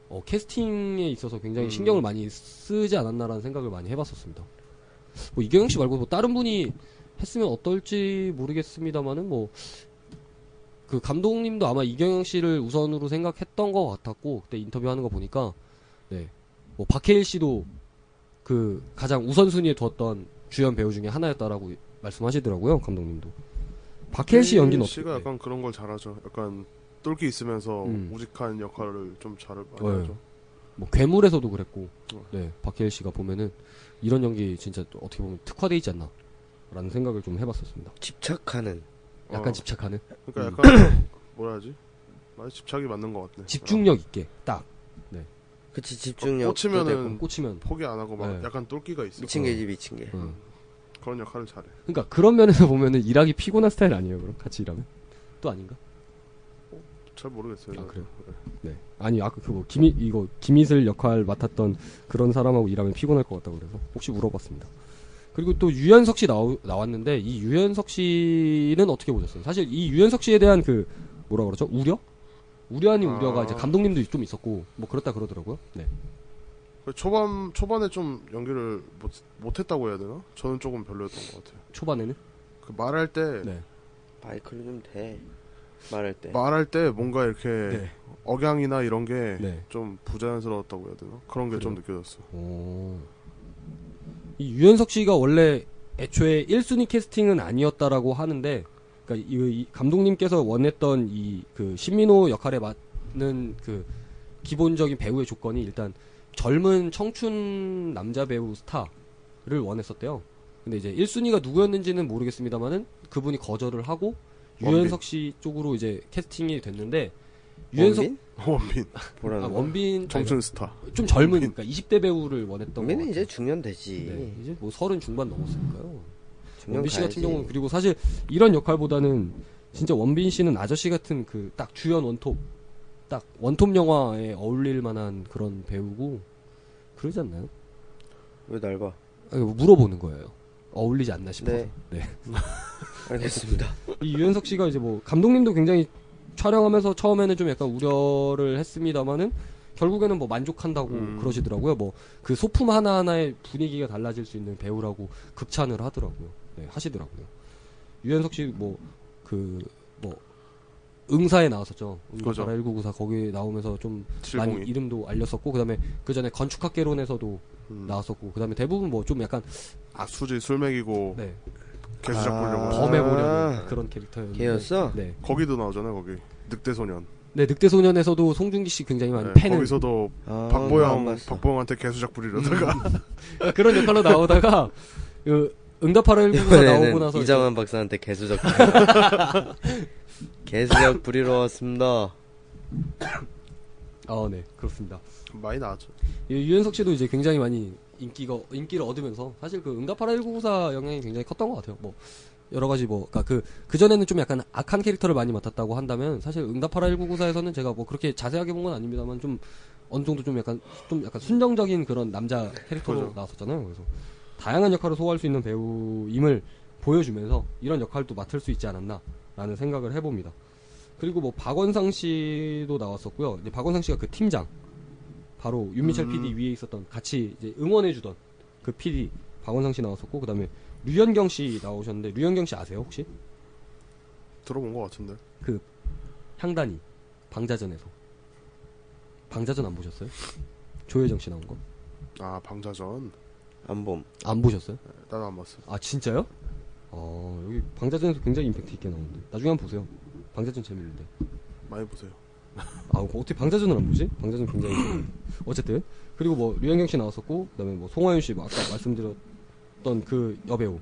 어, 캐스팅에 있어서 굉장히 음. 신경을 많이 쓰지 않았나라는 생각을 많이 해봤었습니다. 뭐 이경영 씨 말고 뭐 다른 분이 했으면 어떨지 모르겠습니다만은 뭐 그 감독님도 아마 이경영 씨를 우선으로 생각했던 것 같았고 그때 인터뷰하는 거 보니까 네뭐 박해일 씨도 그 가장 우선순위에 두었던 주연 배우 중에 하나였다라고 말씀하시더라고요 감독님도 박해일 씨 연기는 어떻게 씨가 약간 그런 걸 잘하죠. 약간 똘끼 있으면서 음. 우직한 역할을 좀 잘을 네. 많이 하죠. 뭐 괴물에서도 그랬고 어. 네 박해일 씨가 보면은 이런 연기 진짜 어떻게 보면 특화돼 있지 않나라는 생각을 좀 해봤었습니다. 집착하는 예. 약간 어, 집착하는 음. 그러니까 약간 뭐라 하지? 많이 집착이 맞는 것 같네. 집중력 있게 딱 그치 어, 집중력 꽂히면은 꽂히면 포기 안 하고 막 네. 약간 똘끼가 있어. 미친 개지 미친 개. 어. 그런 역할을 잘해. 그러니까 그런 면에서 보면은 일하기 피곤한 스타일 아니에요 그럼 같이 일하면 또 아닌가? 잘 모르겠어요. 아, 그래요? 네. 네 아니 아까 그뭐 김이 이거 김이슬 역할 맡았던 그런 사람하고 일하면 피곤할 것 같다 고 그래서 혹시 물어봤습니다. 그리고 또 유연석 씨 나오, 나왔는데 이 유연석 씨는 어떻게 보셨어요? 사실 이 유연석 씨에 대한 그 뭐라 그러죠 우려? 우려 아닌 아. 우려가 이제 감독님도 좀 있었고 뭐 그렇다 그러더라고요. 네. 그 초반 초반에 좀 연기를 못 못했다고 해야 되나? 저는 조금 별로였던 것 같아요. 초반에는 그 말할 때 네. 마이크로 좀 대. 말할 때. 말할 때 뭔가 이렇게 네. 억양이나 이런 게 좀 네. 부자연스러웠다고 해야 되나? 그런 게 좀 느껴졌어. 오. 이 유연석 씨가 원래 애초에 1순위 캐스팅은 아니었다라고 하는데, 그러니까 이, 이 감독님께서 원했던 이 그 신민호 역할에 맞는 그 기본적인 배우의 조건이 일단 젊은 청춘 남자 배우 스타를 원했었대요. 근데 이제 1순위가 누구였는지는 모르겠습니다만은 그분이 거절을 하고 원빈. 유연석 씨 쪽으로 이제 캐스팅이 됐는데 유연석 원빈? 원빈 보라는 아, 거. 원빈 아니, 청춘 스타. 좀 젊은 그러니까 20대 배우를 원했던 것 원빈은 같아요. 이제 중년 되지. 네, 이제 뭐 서른 중반 넘었으니까요. 중년 원빈 씨 가야지. 같은 경우는 그리고 사실 이런 역할보다는 진짜 원빈 씨는 아저씨 같은 그 딱 주연 원톱, 딱 원톱 영화에 어울릴 만한 그런 배우고 그러지 않나요? 왜 날 봐? 아니, 물어보는 거예요. 어울리지 않나 싶어서. 네. 네. 알겠습니다. 이 유연석 씨가 이제 뭐 감독님도 굉장히 촬영하면서 처음에는 좀 약간 우려를 했습니다만은 결국에는 뭐 만족한다고 음. 그러시더라고요. 뭐 그 소품 하나하나의 분위기가 달라질 수 있는 배우라고 극찬을 하더라고요. 네, 하시더라고요. 유연석 씨 뭐 그 뭐 응사에 나왔었죠. 그죠. 응사라 1994 거기 나오면서 좀 많이 702. 이름도 알렸었고 그다음에 그 전에 건축학개론에서도 음. 나왔었고 그다음에 대부분 뭐 좀 약간 아, 수지 술 먹이고 네, 개수작 아. 보려고. 하는. 범해 보려는 그런 캐릭터였는데 걔였어? 네. 거기도 나오잖아 거기. 늑대 소년. 네, 늑대소년에서도 송중기 씨 굉장히 많이 네, 팬은 거기서도 아, 나안 박보영 봤어. 박보영한테 개수작 부리려다가 그런 역할로 나오다가 그 응답하라 네, 19가 나오고 나서 이번에는 이장환 박사한테 개수작 개수작 부리러 왔습니다. 아, 네, 그렇습니다. 음. 많이 나왔죠. 이 유연석 씨도 이제 굉장히 많이 인기가 인기를 얻으면서 사실 그 응답하라 1994 영향이 굉장히 컸던 것 같아요. 뭐 여러 가지 뭐 그러니까 그그 전에는 좀 약간 악한 캐릭터를 많이 맡았다고 한다면 사실 응답하라 1994에서는 제가 뭐 그렇게 자세하게 본 건 아닙니다만 좀 어느 정도 좀 약간 좀 약간 순정적인 그런 남자 캐릭터로 그죠. 나왔었잖아요. 그래서 다양한 역할을 소화할 수 있는 배우임을 보여주면서 이런 역할도 맡을 수 있지 않았나라는 생각을 해봅니다. 그리고 뭐 박원상 씨도 나왔었고요. 이제 박원상 씨가 그 팀장 바로 윤미철 음. PD 위에 있었던 같이 이제 응원해주던 그 PD 박원상 씨 나왔었고 그다음에 류현경 씨 나오셨는데 류현경 씨 아세요 혹시 들어본 것 같은데. 향단이 방자전에서 방자전 안 보셨어요? 조혜정 씨 나온 거 안 아 방자전. 안봄. 보셨어요? 나도 안 봤어. 아 진짜요? 어 여기 방자전에서 굉장히 임팩트 있게 나오는데 나중에 한번 보세요. 방자전 재밌는데. 많이 보세요. 아, 그거 어떻게 방자전을 안 보지? 방자전 굉장히 좋은데. 어쨌든 그리고 뭐 류현경 씨 나왔었고 뭐, 그다음에 뭐 송하윤 씨뭐 아까 말씀드렸던 그 여배우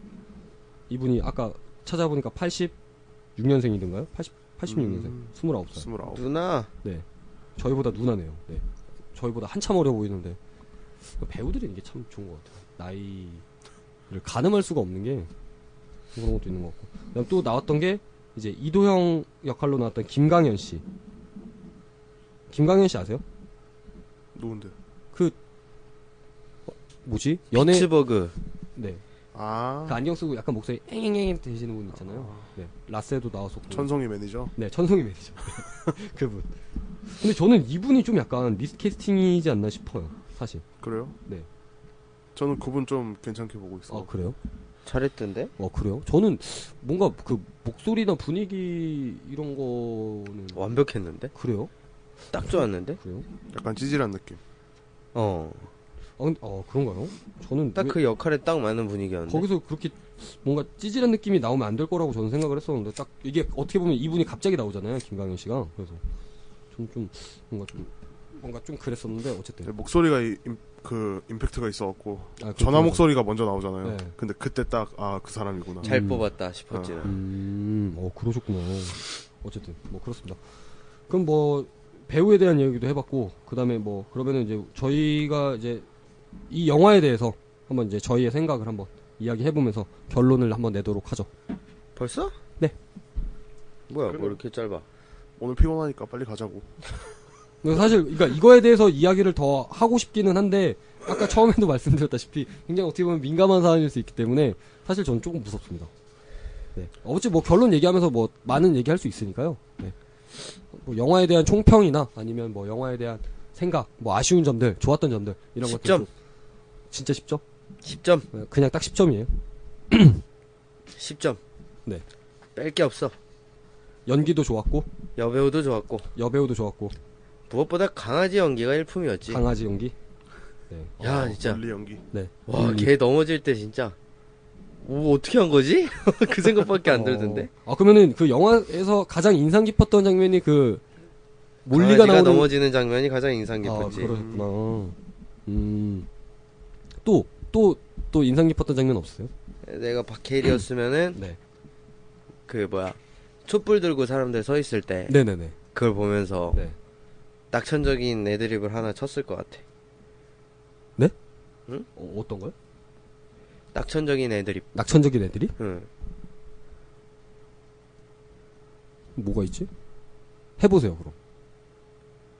이분이 아까 찾아보니까 86년생이던가요? 80, 86년생. 음. 29살. 29. 누나 네. 저희보다 누나네요. 네. 저희보다 한참 어려 보이는데 배우들이 이게 참 좋은 것 같아요. 나이를 가늠할 수가 없는 게 그런 것도 있는 것 같고. 그다음 또 나왔던 게 이제 이도형 역할로 나왔던 김강현 씨. 김강현 씨 아세요? 그, 누군데? 어, 뭐지? 연애 피츠버그 네. 아. 그 안경 쓰고 약간 목소리 앵앵앵 되시는 분 있잖아요. 네. 라세도 나왔었고. 천성이 매니저. 네, 천송이 매니저. 그분. 근데 저는 이분이 좀 약간 미스캐스팅이지 않나 싶어요. 사실. 그래요? 네. 저는 그분 좀 괜찮게 보고 있어. 아, 그래요? 잘했던데? 어 그래요? 저는 뭔가 그 목소리나 분위기 이런 거는 완벽했는데? 그래요? 딱 좋았는데? 그래요? 약간 찌질한 느낌. 어. 아, 근데- 아, 그런가요? 저는 딱 왜 그 역할에 딱 맞는 분위기였는데. 거기서 그렇게 뭔가 찌질한 느낌이 나오면 안 될 거라고 저는 생각을 했었는데 딱 이게 어떻게 보면 이분이 갑자기 나오잖아요 김강현 씨가 그래서 좀 좀 뭔가 좀 뭔가 좀 그랬었는데 어쨌든 네, 목소리가 이- 임- 그 임팩트가 있어갖고 네. 아, 그렇구나. 전화 목소리가 먼저 나오잖아요. 네. 근데 그때 딱 아 그 사람이구나. 잘 음. 뽑았다 싶었지만. 음, 어, 그러셨구나. 어쨌든, 뭐, 그렇습니다. 그럼 뭐, 배우에 대한 얘기도 해봤고, 그 다음에 뭐, 그러면은 이제 저희가 이제 이 영화에 대해서 한번 이제 저희의 생각을 한번 이야기해보면서 결론을 한번 내도록 하죠. 벌써? 네. 뭐야, 그래. 뭐 이렇게 짧아. 오늘 피곤하니까 빨리 가자고. 근데 사실, 그러니까 이거에 대해서 이야기를 더 하고 싶기는 한데, 아까 처음에도 말씀드렸다시피 굉장히 어떻게 보면 민감한 사안일 수 있기 때문에 사실 저는 조금 무섭습니다. 네. 어찌 뭐 결론 얘기하면서 뭐 많은 얘기할 수 있으니까요. 네. 뭐 영화에 대한 총평이나 아니면 뭐 영화에 대한 생각, 뭐 아쉬운 점들, 좋았던 점들 이런 것들. 10점. 좀- 진짜 10점? 네, 10점. 그냥 딱 10점이에요. 10점. 네. 뺄 게 없어. 연기도 좋았고 여배우도 좋았고. 여배우도 좋았고 무엇보다 강아지 연기가 일품이었지. 강아지 연기. 네. 야, 아, 진짜. 원리 연기. 네. 와, 걔 넘어질 때 진짜. 오, 어떻게 한 거지? 그 생각밖에 안 들던데? 어, 아 그러면은 그 영화에서 가장 인상 깊었던 장면이 그 몰리가 강아지가 나오는 넘어지는 장면이 가장 인상 깊었지. 아, 그러셨구나. 음. 또, 또, 또 인상 깊었던 장면 없어요? 내가 박해일이었으면은, 네. 그, 뭐야. 촛불 들고 사람들 서 있을 때, 네네네. 그걸 보면서 네. 낙천적인 애드립을 하나 쳤을 것 같아. 어, 떤 거요? 낙천적인 애드립. 낙천적인 애들이? 응. 뭐가 있지? 해보세요, 그럼.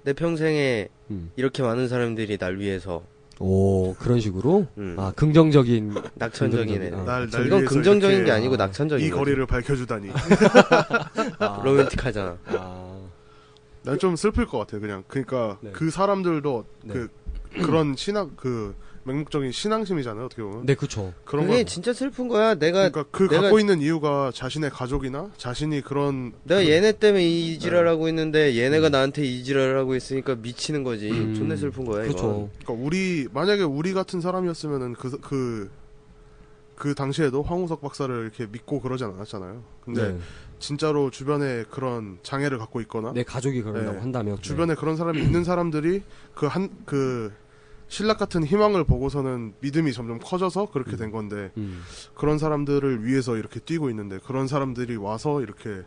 내 평생에 음. 이렇게 많은 사람들이 날 위해서 오, 그런 식으로? 음. 아, 긍정적인. 낙천적인 긍정적인, 애드립. 아. 날, 날 네. 이건 위해서 긍정적인 게 이렇게 아니고 아, 낙천적인 이 거리를 밝혀주다니. 아, 로맨틱하잖아. 아, 난 좀 슬플 것 같아요. 그냥 그러니까 네. 그 사람들도 네. 그 그런 신앙 그 맹목적인 신앙심이잖아요. 어떻게 보면 네, 그쵸. 그런 그게 거. 진짜 슬픈 거야. 내가 그러니까 그 내가- 갖고 있는 이유가 자신의 가족이나 자신이 그런 내가 음. 얘네 때문에 이 지랄하고 있는데 얘네가 나한테 이 지랄하고 있으니까 미치는 거지. 음. 그렇죠. 존나 슬픈 거야 이거. 그쵸. 그러니까 우리 만약에 우리 같은 사람이었으면은 그 그 그 당시에도 황우석 박사를 이렇게 믿고 그러진 않았잖아요. 근데 네. 진짜로 주변에 그런 장애를 갖고 있거나 내 가족이 그런다고 네. 한다면. 주변에 그런 사람이 있는 사람들이 그 한 그 신락 같은 희망을 보고서는 믿음이 점점 커져서 그렇게 된 건데 네. 음. 그런 사람들을 위해서 이렇게 뛰고 있는데 그런 사람들이 와서 이렇게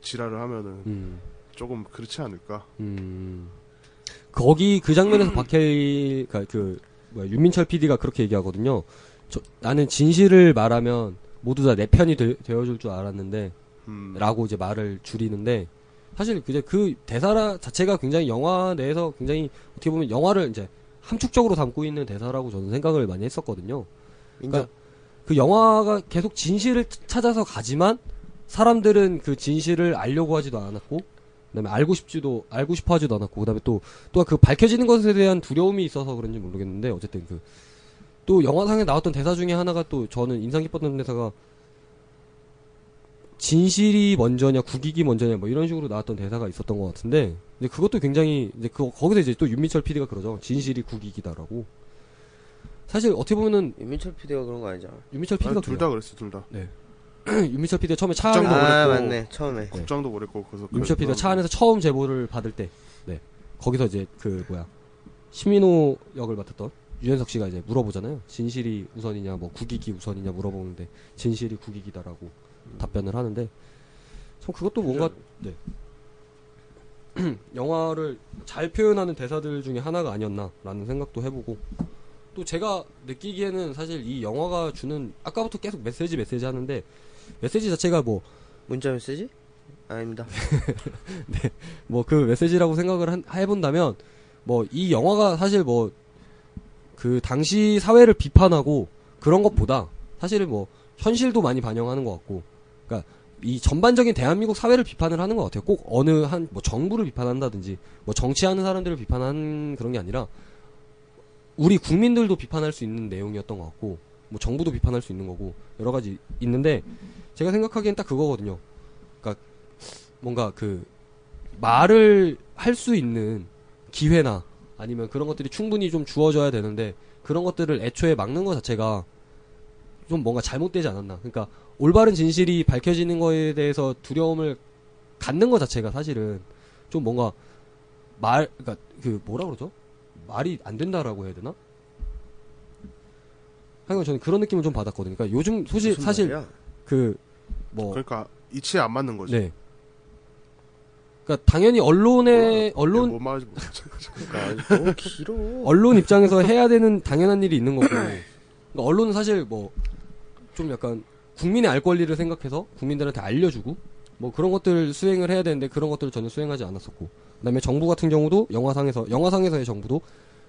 지랄을 하면은 음. 조금 그렇지 않을까? 음. 거기 그 장면에서 박해일 그러니까 그 뭐야, 윤민철 PD가 그렇게 얘기하거든요. 저, 나는 진실을 말하면 모두 다 내 편이 되, 어줄줄 알았는데 음. 라고 이제 말을 줄이는데 사실 그제 그 대사 자체가 굉장히 영화 내에서 굉장히 어떻게 보면 영화를 이제 함축적으로 담고 있는 대사라고 저는 생각을 많이 했었거든요. 인정. 그러니까 그 영화가 계속 진실을 차- 찾아서 가지만 사람들은 그 진실을 알려고 하지도 않았고 그다음에 알고 싶지도 알고 싶어 하지도 않았고 그다음에 또 또 그 밝혀지는 것에 대한 두려움이 있어서 그런지 모르겠는데 어쨌든 그 또 영화상에 나왔던 대사 중에 하나가 또 저는 인상 깊었던 대사가 진실이 먼저냐 국익이 먼저냐 뭐 이런 식으로 나왔던 대사가 있었던 것 같은데 이제 그것도 굉장히 이제 그 거기서 이제 또 윤민철 PD가 그러죠 진실이 국익이다라고 사실 어떻게 보면은 윤민철 PD가 그런 거 아니잖아. 윤민철 PD가 둘 다 그랬어 둘 다. 윤민철 PD가 처음에 차 국장도 아 그랬고. 어. 맞네 처음에. 국장도 그랬고 그래서 윤민철 PD가 차 그런- 안에서 처음 제보를 받을 때, 네 거기서 이제 그 뭐야 시민호 역을 맡았던 유현석 씨가 이제 물어보잖아요. 진실이 우선이냐, 뭐 국익이 우선이냐 물어보는데 진실이 국익이다라고 답변을 하는데 참 그것도 뭔가 네. 영화를 잘 표현하는 대사들 중에 하나가 아니었나라는 생각도 해보고 또 제가 느끼기에는 사실 이 영화가 주는 아까부터 계속 메시지 메시지 하는데 메시지 자체가 뭐 문자 메시지? 아닙니다. 뭐 그 메시지라고 생각을 한- 해본다면 뭐 이 영화가 사실 뭐 그 당시 사회를 비판하고 그런 것보다 사실은 뭐 현실도 많이 반영하는 것 같고 그러니까 이 전반적인 대한민국 사회를 비판을 하는 것 같아요. 꼭 어느 한 뭐 정부를 비판한다든지 뭐 정치하는 사람들을 비판하는 그런 게 아니라 우리 국민들도 비판할 수 있는 내용이었던 것 같고 뭐 정부도 비판할 수 있는 거고 여러 가지 있는데 제가 생각하기엔 딱 그거거든요. 그러니까 뭔가 그 말을 할 수 있는 기회나 아니면 그런 것들이 충분히 좀 주어져야 되는데 그런 것들을 애초에 막는 것 자체가 좀 뭔가 잘못되지 않았나. 그러니까 올바른 진실이 밝혀지는 거에 대해서 두려움을 갖는 것 자체가 사실은 좀 뭔가 말, 그러니까 그 뭐라 그러죠? 말이 안 된다라고 해야 되나? 하여간 저는 그런 느낌을 좀 받았거든요. 그러니까 요즘 솔직히 무슨 사실 말이야? 그뭐 그러니까 이치에 안 맞는 거지. 네. 그러니까 당연히 언론의 론 언론 뭐 말하지 뭐. 그러니까 너무 길어. 언론 입장에서 해야 되는 당연한 일이 있는 거고. 그러니까 언론은 사실 뭐 좀 약간 국민의 알 권리를 생각해서 국민들한테 알려주고 뭐 그런 것들을 수행을 해야 되는데 그런 것들을 전혀 수행하지 않았었고. 그다음에 정부 같은 경우도 영화상에서 영화상에서의 정부도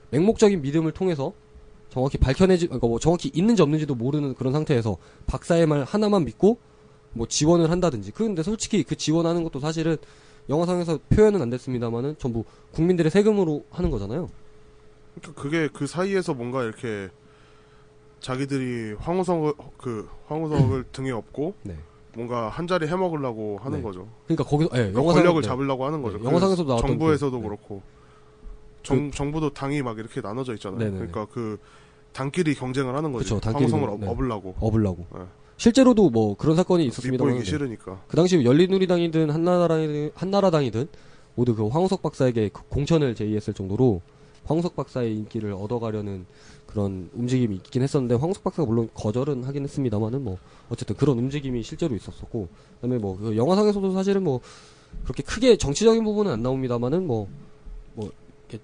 맹목적인 믿음을 통해서 정확히 밝혀내지 그러니까 뭐 정확히 있는지 없는지도 모르는 그런 상태에서 박사의 말 하나만 믿고 뭐 지원을 한다든지 그런데 솔직히 그 지원하는 것도 사실은 영화상에서 표현은 안 됐습니다만은 전부 국민들의 세금으로 하는 거잖아요. 그러니까 그게 그 사이에서 뭔가 이렇게 자기들이 황우성을 그 황우성을 등에 업고 네. 뭔가 한 자리 해먹으려고 하는 네. 거죠. 그러니까 거기서 예, 그러니까 영화상 권력을 네. 잡으려고 하는 거죠. 네, 영화상에서도 그래서 나왔던 정부에서도 그- 그, 렇고 정, 정부도 당이 막 이렇게 나눠져 있잖아요. 네네네. 그러니까 그 당끼리 경쟁을 하는 거죠. 그쵸, 당끼리 황우성을 경쟁. 업- 업으려고 업으려고. 네. 실제로도 뭐 그런 사건이 있었습니다만 돋보이기 싫으니까. 그 당시 열린우리당이든 한나라당이든, 한나라당이든 모두 그 황우석 박사에게 그 공천을 제의했을 정도로 황우석 박사의 인기를 얻어가려는 그런 움직임이 있긴 했었는데 황우석 박사가 물론 거절은 하긴 했습니다만은 뭐 어쨌든 그런 움직임이 실제로 있었었고 그다음에 뭐그 영화상에서도 사실은 뭐 그렇게 크게 정치적인 부분은 안 나옵니다만은 뭐 뭐 이렇게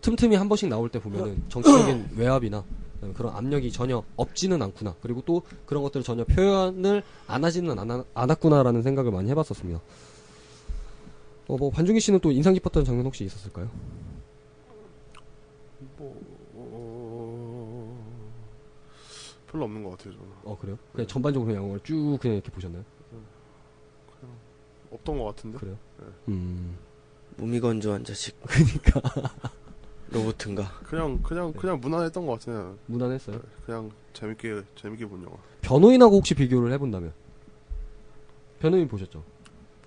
틈틈이 한 번씩 나올 때 보면은 정치적인 외압이나 그다음에 그런 압력이 전혀 없지는 않구나 그리고 또 그런 것들을 전혀 표현을 안 하지는 않, 않았구나라는 생각을 많이 해봤었습니다. 어, 뭐 반중기 씨는 또 인상 깊었던 장면 혹시 있었을까요? 뭐, 어, 별로 없는 것 같아요. 저는. 어 그래요? 그냥 전반적으로 양호를 쭉 그냥 이렇게 보셨나요? 없던 것 같은데. 그래요? 음, 무미건조한 자식. 그러니까 로봇인가? 그냥 네. 그냥 그냥 무난했던 것 같아요. 무난했어요. 그냥 재밌게 재밌게 본 영화. 변호인하고 혹시 비교를 해본다면 변호인 보셨죠?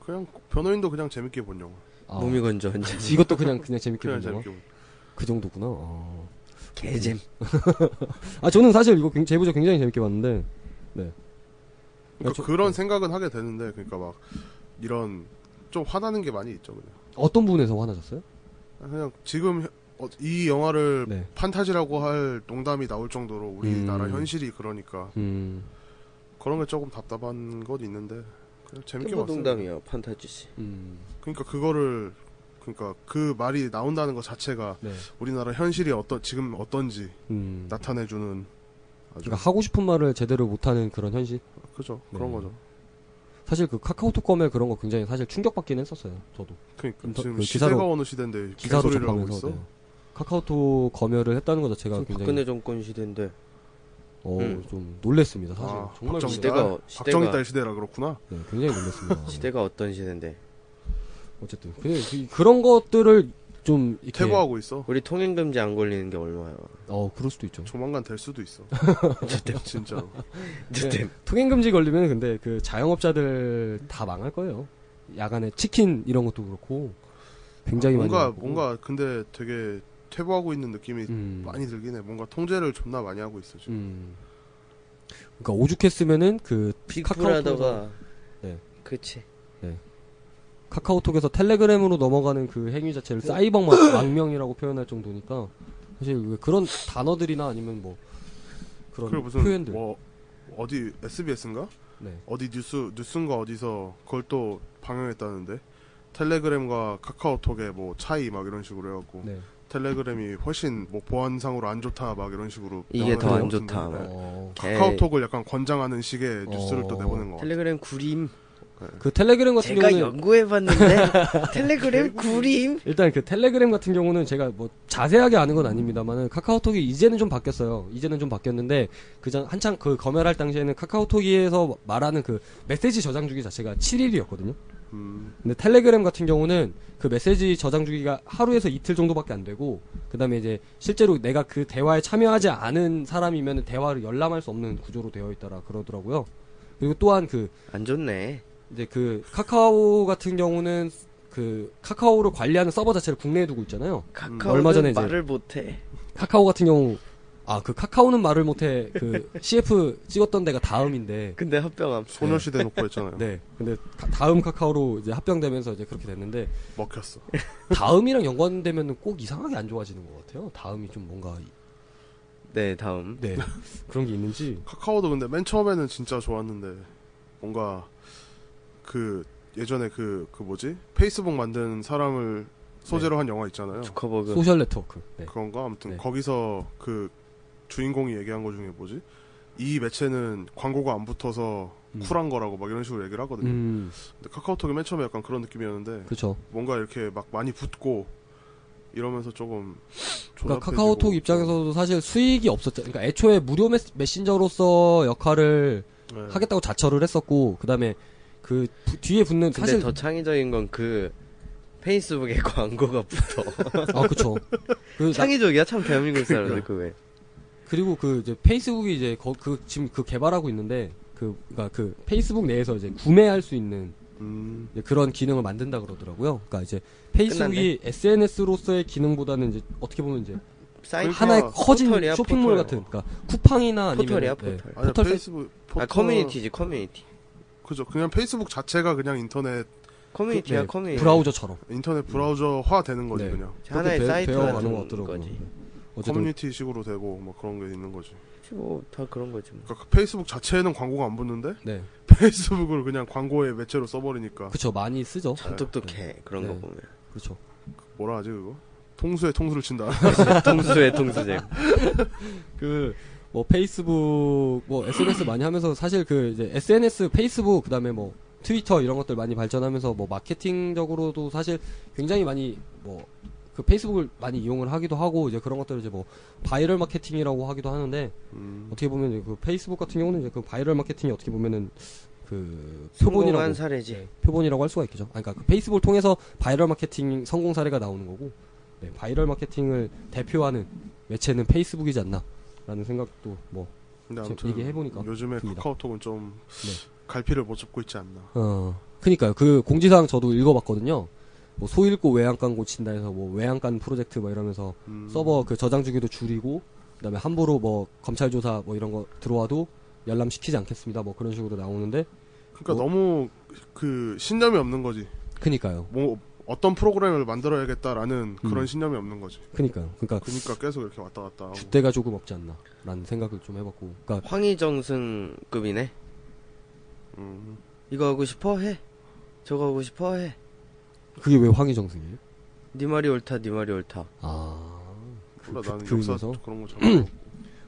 그냥 변호인도 그냥 재밌게 본 영화. 아, 무미건조한 자식. 이것도 그냥 그냥 재밌게 그냥 본 영화. 재밌게 본. 그 정도구나. 아. 개잼. 아, 저는 사실 이거 굉장히- 제보자 굉장히 재밌게 봤는데 네. 그러니까 아, 저- 네. 그런 생각은 하게 되는데 그러니까 막 이런 좀 화나는 게 많이 있죠. 그냥 어떤 부분에서 화나셨어요? 그냥 지금 혀- 어, 이 영화를 네. 판타지라고 할 농담이 나올 정도로 우리나라 음. 현실이 그러니까 음, 그런 게 조금 답답한 건 있는데 그냥 뭐 재밌게 봤어요. 깜보동담이야 판타지씨. 음, 그러니까 그거를 그러니까 그 말이 나온다는 것 자체가 네, 우리나라 현실이 어떤 지금 어떤지 음. 나타내주는 아주 그러니까 하고 싶은 말을 제대로 못하는 그런 현실. 그죠 네. 그런 거죠. 사실 그 카카오톡 검에 그런 거 굉장히 사실 충격받긴 했었어요. 저도 그러니까 그럼 더- 지금 그 시대가 기사로- 어느 시대인데 기사로 개소리를 하고 접하면서 있어. 네. 카카오톡 검열을 했다는 것 자체가 지금 굉장히 박근혜 정권 시대인데 어, 음. 좀 놀랬습니다. 사실 아, 박정희 정말 놀랐- 시대가- 딸, 시대가- 박정희 딸 시대라 그렇구나. 네, 굉장히 놀랬습니다. 시대가 어떤 시대인데 어쨌든 근데 그- 그런 것들을 좀 이렇게 퇴보하고 있어. 우리 통행금지 안 걸리는 게 얼마야? 어 그럴 수도 있죠. 조만간 될 수도 있어. 진짜로. 어쨌든 통행 금지 걸리면 근데 그 자영업자들 다 망할 거예요. 야간에 치킨 이런 것도 그렇고 굉장히 많이 아, 뭔가 망하고. 뭔가 근데 되게 퇴보하고 있는 느낌이 음. 많이 들긴 해. 뭔가 통제를 존나 많이 하고 있어 지금. 음. 그러니까 오죽했으면은 그 카카오톡에서 빅브라더가 네. 그치 카카오톡에서 텔레그램으로 넘어가는 그 행위 자체를 네. 사이버 막- 망명이라고 표현할 정도니까 사실 왜 그런 단어들이나 아니면 뭐 그런 그리고 무슨 표현들 뭐 어디 SBS인가? 네. 어디 뉴스 뉴스인가 어디서 그걸 또 방영했다는데 텔레그램과 카카오톡의 뭐 차이 막 이런 식으로 해갖고 네. 텔레그램이 훨씬 뭐 보안상으로 안 좋다 막 이런 식으로 이게 더안 나오는 좋다, 네. 막. 어, 카카오톡을 약간 권장하는 식의 뉴스를 어. 또 내보낸 것 같아요. 텔레그램 구림. 그 텔레그램 같은 제가 경우는 네. 연구해봤는데 텔레그램 구림. 일단 그 텔레그램 같은 경우는 제가 뭐 자세하게 아는 건 아닙니다만은 카카오톡이 이제는 좀 바뀌었어요. 이제는 좀 바뀌었는데 그전 한창 그 검열할 당시에는 카카오톡에서 말하는 그 메시지 저장 주기 자체가 7일이었거든요. 음, 근데 텔레그램 같은 경우는 그 메시지 저장 주기가 하루에서 이틀 정도밖에 안 되고 그다음에 이제 실제로 내가 그 대화에 참여하지 않은 사람이면 대화를 열람할 수 없는 구조로 되어 있더라 그러더라고요. 그리고 또한 그 안 좋네. 이제 그 카카오 같은 경우는 그 카카오를 관리하는 서버 자체를 국내에 두고 있잖아요. 카카오는 얼마 전에 이제- 말을 못해. 카카오 같은 경우 아 그 카카오는 말을 못해 그 CF 찍었던 데가 다음인데 근데 합병함. 소녀시대 놓고 했잖아요. 네 근데 가- 다음 카카오로 이제 합병되면서 이제 그렇게 됐는데 먹혔어. 다음이랑 연관되면 꼭 이상하게 안 좋아지는 것 같아요 다음이 좀 뭔가 이- 네 다음. 네 그런 게 있는지 카카오도 근데 맨 처음에는 진짜 좋았는데 뭔가 그 예전에 그 그 뭐지 페이스북 만든 사람을 네. 소재로 한 영화 있잖아요. 주커버그. 어. 소셜 네트워크 네. 그건가 아무튼 네. 거기서 그 주인공이 얘기한 것 중에 뭐지 이 매체는 광고가 안 붙어서 음. 쿨한 거라고 막 이런 식으로 얘기를 하거든요. 음 근데 카카오톡이 맨 처음에 약간 그런 느낌이었는데 그렇죠 뭔가 이렇게 막 많이 붙고 이러면서 조금 그러니까 조잡해지고 카카오톡 입장에서도 사실 수익이 없었죠 그러니까 애초에 무료 메시- 메신저로서 역할을 네. 하겠다고 자처를 했었고 그다음에 그 부- 뒤에 붙는 근데 사실 더 창의적인 건 그 페이스북에 광고가 붙어. 아 그쵸 그 나- 창의적이야 참 대한민국 사람들 그 왜. 그리고 그 이제 페이스북이 이제 거- 그 지금 그 개발하고 있는데 그 그러니까 그 페이스북 내에서 이제 구매할 수 있는 음, 이제 그런 기능을 만든다 그러더라고요. 그러니까 이제 페이스북이 SNS로서의 기능으로서의 기능보다는 이제 어떻게 보면 이제 사이트 그러니까 하나의 커진 포털이야, 아, 쇼핑몰 포털. 같은 그러니까 쿠팡이나 아니면 포털이야 네, 포털. 아니 포털 페이스북 포털, 아 커뮤니티지 커뮤니티. 그죠 그냥 페이스북 자체가 그냥 인터넷 커뮤니티야 네, 커뮤니티. 브라우저처럼 인터넷 브라우저화 되는 거지 음. 네. 그냥 하나의 그렇게 되- 사이트 되어가는 같은 것 같더라고요. 거지. 어쨌든 커뮤니티식으로 되고 뭐 그런 게 있는 거지. 뭐다 그런 거지 뭐. 그러니까 페이스북 자체에는 광고가 안 붙는데 네 페이스북을 그냥 광고의 매체로 써버리니까 그쵸 많이 쓰죠. 참 똑똑해 그런 아, 네. 거 보면. 그렇죠. 뭐라 하지 그거? 통수에 통수를 친다. 통수의 통수잼. 그 뭐 페이스북 뭐 SNS 많이 하면서 사실 그 이제 SNS 페이스북 그다음에 뭐 트위터 이런 것들 많이 발전하면서 뭐 마케팅적으로도 사실 굉장히 많이 뭐 그 페이스북을 많이 이용을 하기도 하고 이제 그런 것들을 이제 뭐 바이럴 마케팅이라고 하기도 하는데 음, 어떻게 보면 이제 그 페이스북 같은 경우는 이제 그 바이럴 마케팅이 어떻게 보면은 그 성공한 표본이라고 사례지. 표본이라고 할 수가 있겠죠. 아, 그러니까 그 페이스북을 통해서 바이럴 마케팅 성공 사례가 나오는 거고, 네, 바이럴 마케팅을 대표하는 매체는 페이스북이지 않나라는 생각도 뭐, 근데 지금 아무튼 얘기해보니까 요즘에 듭니다. 카카오톡은 좀 네. 갈피를 못 잡고 있지 않나. 어, 그니까요. 그 공지사항 저도 읽어봤거든요. 뭐 소일고 외양간 고친다 해서 뭐 외양간 프로젝트 뭐 이러면서 음, 서버 그 저장 주기도 줄이고, 그다음에 함부로 뭐 검찰 조사 뭐 이런 거 들어와도 열람 시키지 않겠습니다. 뭐 그런 식으로 나오는데, 그러니까 뭐- 너무 그 신념이 없는 거지. 그니까요. 뭐 어떤 프로그램을 만들어야겠다라는 음. 그런 신념이 없는 거지. 그니까요. 그러니까 그러니까 계속 이렇게 왔다 갔다 하고. 주대가 조금 없지 않나라는 생각을 좀 해봤고, 그러니까 황희정승급이네. 음, 이거 하고 싶어 해. 저거 하고 싶어 해. 그게 왜 황희정승이에요? 네 말이 옳다, 네 말이 옳다. 아. 몰라 그- 나는 그 역사 의미에서? 그런 거 잘.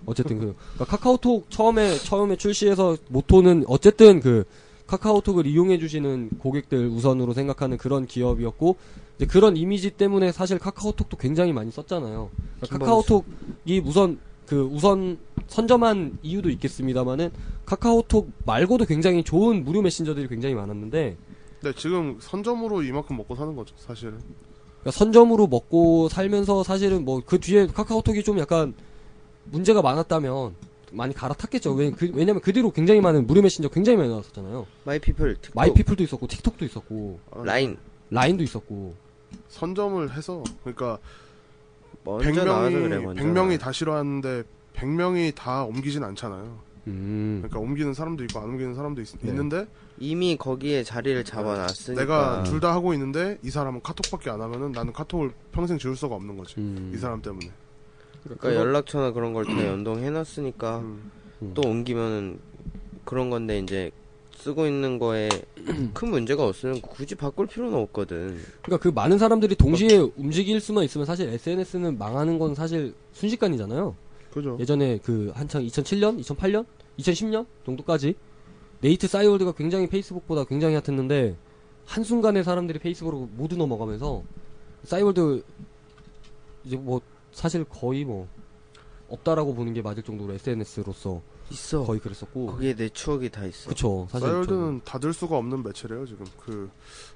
어쨌든 그 그러니까 카카오톡 처음에 처음에 출시해서 모토는 어쨌든 그 카카오톡을 이용해 주시는 고객들 우선으로 생각하는 그런 기업이었고 이제 그런 이미지 때문에 사실 카카오톡도 굉장히 많이 썼잖아요. 그러니까 김범수. 카카오톡이 우선 그 우선 선점한 이유도 있겠습니다만은 카카오톡 말고도 굉장히 좋은 무료 메신저들이 굉장히 많았는데 근데 지금 선점으로 이만큼 먹고 사는 거죠 사실은. 그러니까 선점으로 먹고 살면서 사실은 뭐 그 뒤에 카카오톡이 좀 약간 문제가 많았다면 많이 갈아탔겠죠. 왜, 그, 왜냐면 그 뒤로 굉장히 많은 무료 메신저 굉장히 많이 나왔었잖아요. 마이피플, 틱톡, 마이피플도 있었고 틱톡도 있었고 아, 어, 라인. 라인도 있었고 선점을 해서 그러니까 먼저 나와서 100명이 그래, 먼저. 100명이 다 싫어하는데 100명이 다 옮기진 않잖아요. 음. 그러니까 옮기는 사람도 있고 안 옮기는 사람도 있, 네. 는데 이미 거기에 자리를 잡아놨으니까. 내가 둘 다 하고 있는데 이 사람은 카톡밖에 안 하면은 나는 카톡을 평생 지울 수가 없는 거지. 음. 이 사람 때문에. 그러니까 연락처나 그런 걸 다 연동해놨으니까 음. 음. 또 옮기면은 그런 건데 이제 쓰고 있는 거에 큰 문제가 없으면 굳이 바꿀 필요는 없거든. 그러니까 그 많은 사람들이 동시에 그렇죠. 움직일 수만 있으면 사실 SNS는 망하는 건 사실 순식간이잖아요. 그죠. 예전에 그 한창 2007년, 2008년, 2010년 정도까지 네이트 싸이월드가 굉장히 페이스북보다 굉장히 핫했는데 한순간에 사람들이 페이스북으로 모두 넘어가면서 싸이월드 이제 뭐 사실 거의 뭐 없다라고 보는 게 맞을 정도로 SNS로서 있어. 거의 그랬었고 거기에 내 추억이 다 있어. 그쵸 사실 그렇죠. 아, 사이월드는 닫을 수가 없는 매체래요 지금 그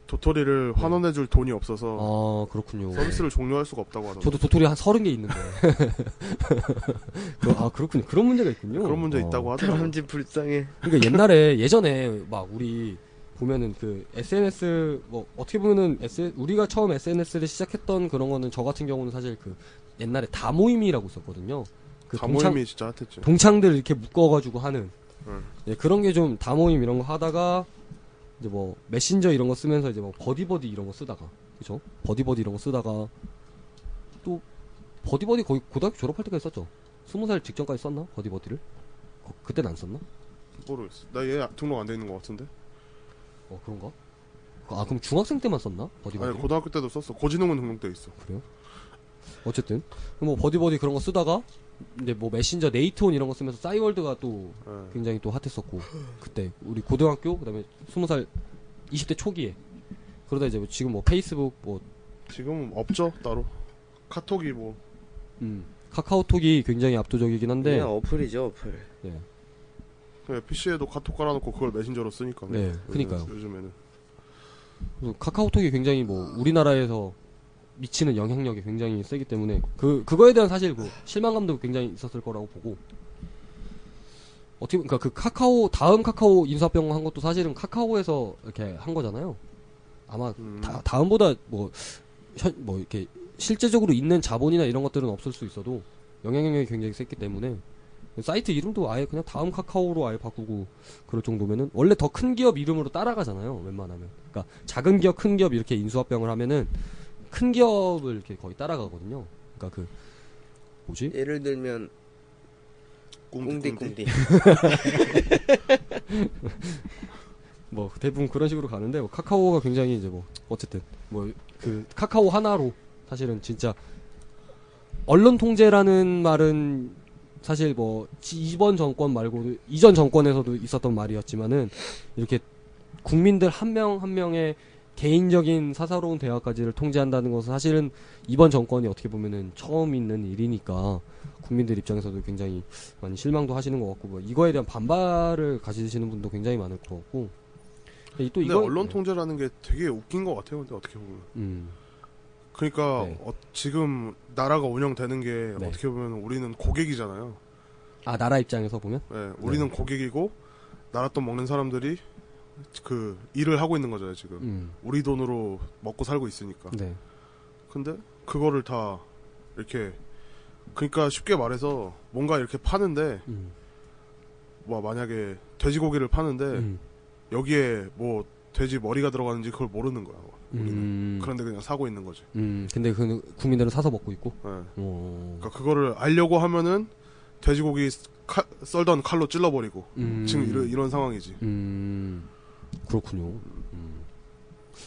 도토리를 환원해줄 돈이 저는. 없어서 네. 아 그렇군요 서비스를 종료할 수가 없다고 하더라고요. 저도 도토리 한 서른 개 있는데 그- 아 그렇군요 그런 문제가 있군요 그런 문제 어. 있다고 하더라고요. 사람들 불쌍해. 그러니까 옛날에 예전에 막 우리 보면은 그 SNS 뭐 어떻게 보면은 S, 우리가 처음 SNS를 시작했던 그런 거는 저 같은 경우는 사실 그 옛날에 다 모임이라고 있었거든요. 그 다 동창- 모임이 네. 진짜 핫했죠. 동창들 이렇게 묶어가지고 하는 응. 예, 그런 게 좀 다모임 이런 거 하다가 이제 뭐 메신저 이런 거 쓰면서 이제 뭐 버디버디 이런 거 쓰다가 그죠 버디버디 이런 거 쓰다가 또 버디버디 거의 고등학교 졸업할 때까지 썼죠 스무 살 직전까지 썼나 버디버디를 거- 그땐 안 썼나 모르겠어. 나 얘 등록 안 돼 있는 것 같은데. 어 그런가 아 그럼 중학생 때만 썼나 버디버디 아니 고등학교 때도 썼어. 고진웅은 등록돼 있어. 그래요? 어쨌든 뭐 버디버디 그런 거 쓰다가 이제 뭐 메신저 네이트온 이런 거 쓰면서 싸이월드가 또 예. 굉장히 또 핫했었고 그때 우리 고등학교 그다음에 스무 살 20대 초기에 그러다 이제 뭐 지금 뭐 페이스북 뭐 지금은 없죠 따로. 카톡이 뭐 음, 카카오톡이 굉장히 압도적이긴 한데 그냥 어플이죠 어플. 그냥 PC에도 카톡 깔아놓고 그걸 메신저로 쓰니까. 네, 요즘- 그니까요. 요즘에는 그래서 카카오톡이 굉장히 뭐 우리나라에서 미치는 영향력이 굉장히 세기 때문에 그 그거에 대한 사실 그 실망감도 굉장히 있었을 거라고 보고 어떻게 보면 그러니까 그 카카오 다음 카카오 인수합병 한 것도 사실은 카카오에서 이렇게 한 거잖아요. 아마 음, 다, 다음보다 뭐, 현, 뭐, 이렇게, 실제적으로 있는 자본이나 이런 것들은 없을 수 있어도, 영향력이 굉장히 셌기 때문에, 사이트 이름도 아예 그냥 다음 카카오로 아예 바꾸고, 그럴 정도면은, 원래 더 큰 기업 이름으로 따라가잖아요, 웬만하면. 그러니까, 작은 기업, 큰 기업 이렇게 인수합병을 하면은, 큰 기업을 이렇게 거의 따라가거든요. 그러니까 그, 뭐지? 예를 들면 꽁디, 꽁디꽁디. 꽁디. 뭐, 대부분 그런 식으로 가는데, 뭐 카카오가 굉장히 이제 뭐, 어쨌든, 뭐, 그, 카카오 하나로, 사실은 진짜, 언론 통제라는 말은, 사실 뭐, 지- 이번 정권 말고, 이전 정권에서도 있었던 말이었지만은, 이렇게, 국민들 한 명 한 명의 개인적인 사사로운 대화까지를 통제한다는 것은 사실은 이번 정권이 어떻게 보면은 처음 있는 일이니까, 국민들 입장에서도 굉장히 많이 실망도 하시는 것 같고, 뭐 이거에 대한 반발을 가지시는 분도 굉장히 많을 것 같고, 근데 또 근데 이거 언론 통제라는 게 되게 웃긴 것 같아요. 근데 어떻게 보면. 음. 그러니까 네. 어, 지금 나라가 운영되는 게 네. 어떻게 보면 우리는 고객이잖아요. 아 나라 입장에서 보면 예, 우리는 네. 고객이고 나라 돈 먹는 사람들이 그 일을 하고 있는 거잖아요 지금. 그러니까. 음. 우리 돈으로 먹고 살고 있으니까. 네 근데 그거를 다 이렇게 그러니까 쉽게 말해서 뭔가 이렇게 파는데 음. 뭐 만약에 돼지고기를 파는데 음. 여기에 뭐 돼지 머리가 들어가는지 그걸 모르는 거야. 뭐. 우리는. 음. 그런데 그냥 사고 있는 거지. 음. 근데 그 국민들은 사서 먹고 있고 예. 어. 그러니까 그거를 알려고 하면은 돼지고기 칼- 썰던 칼로 찔러버리고 음. 지금 이런, 이런 상황이지. 음. 그렇군요 음.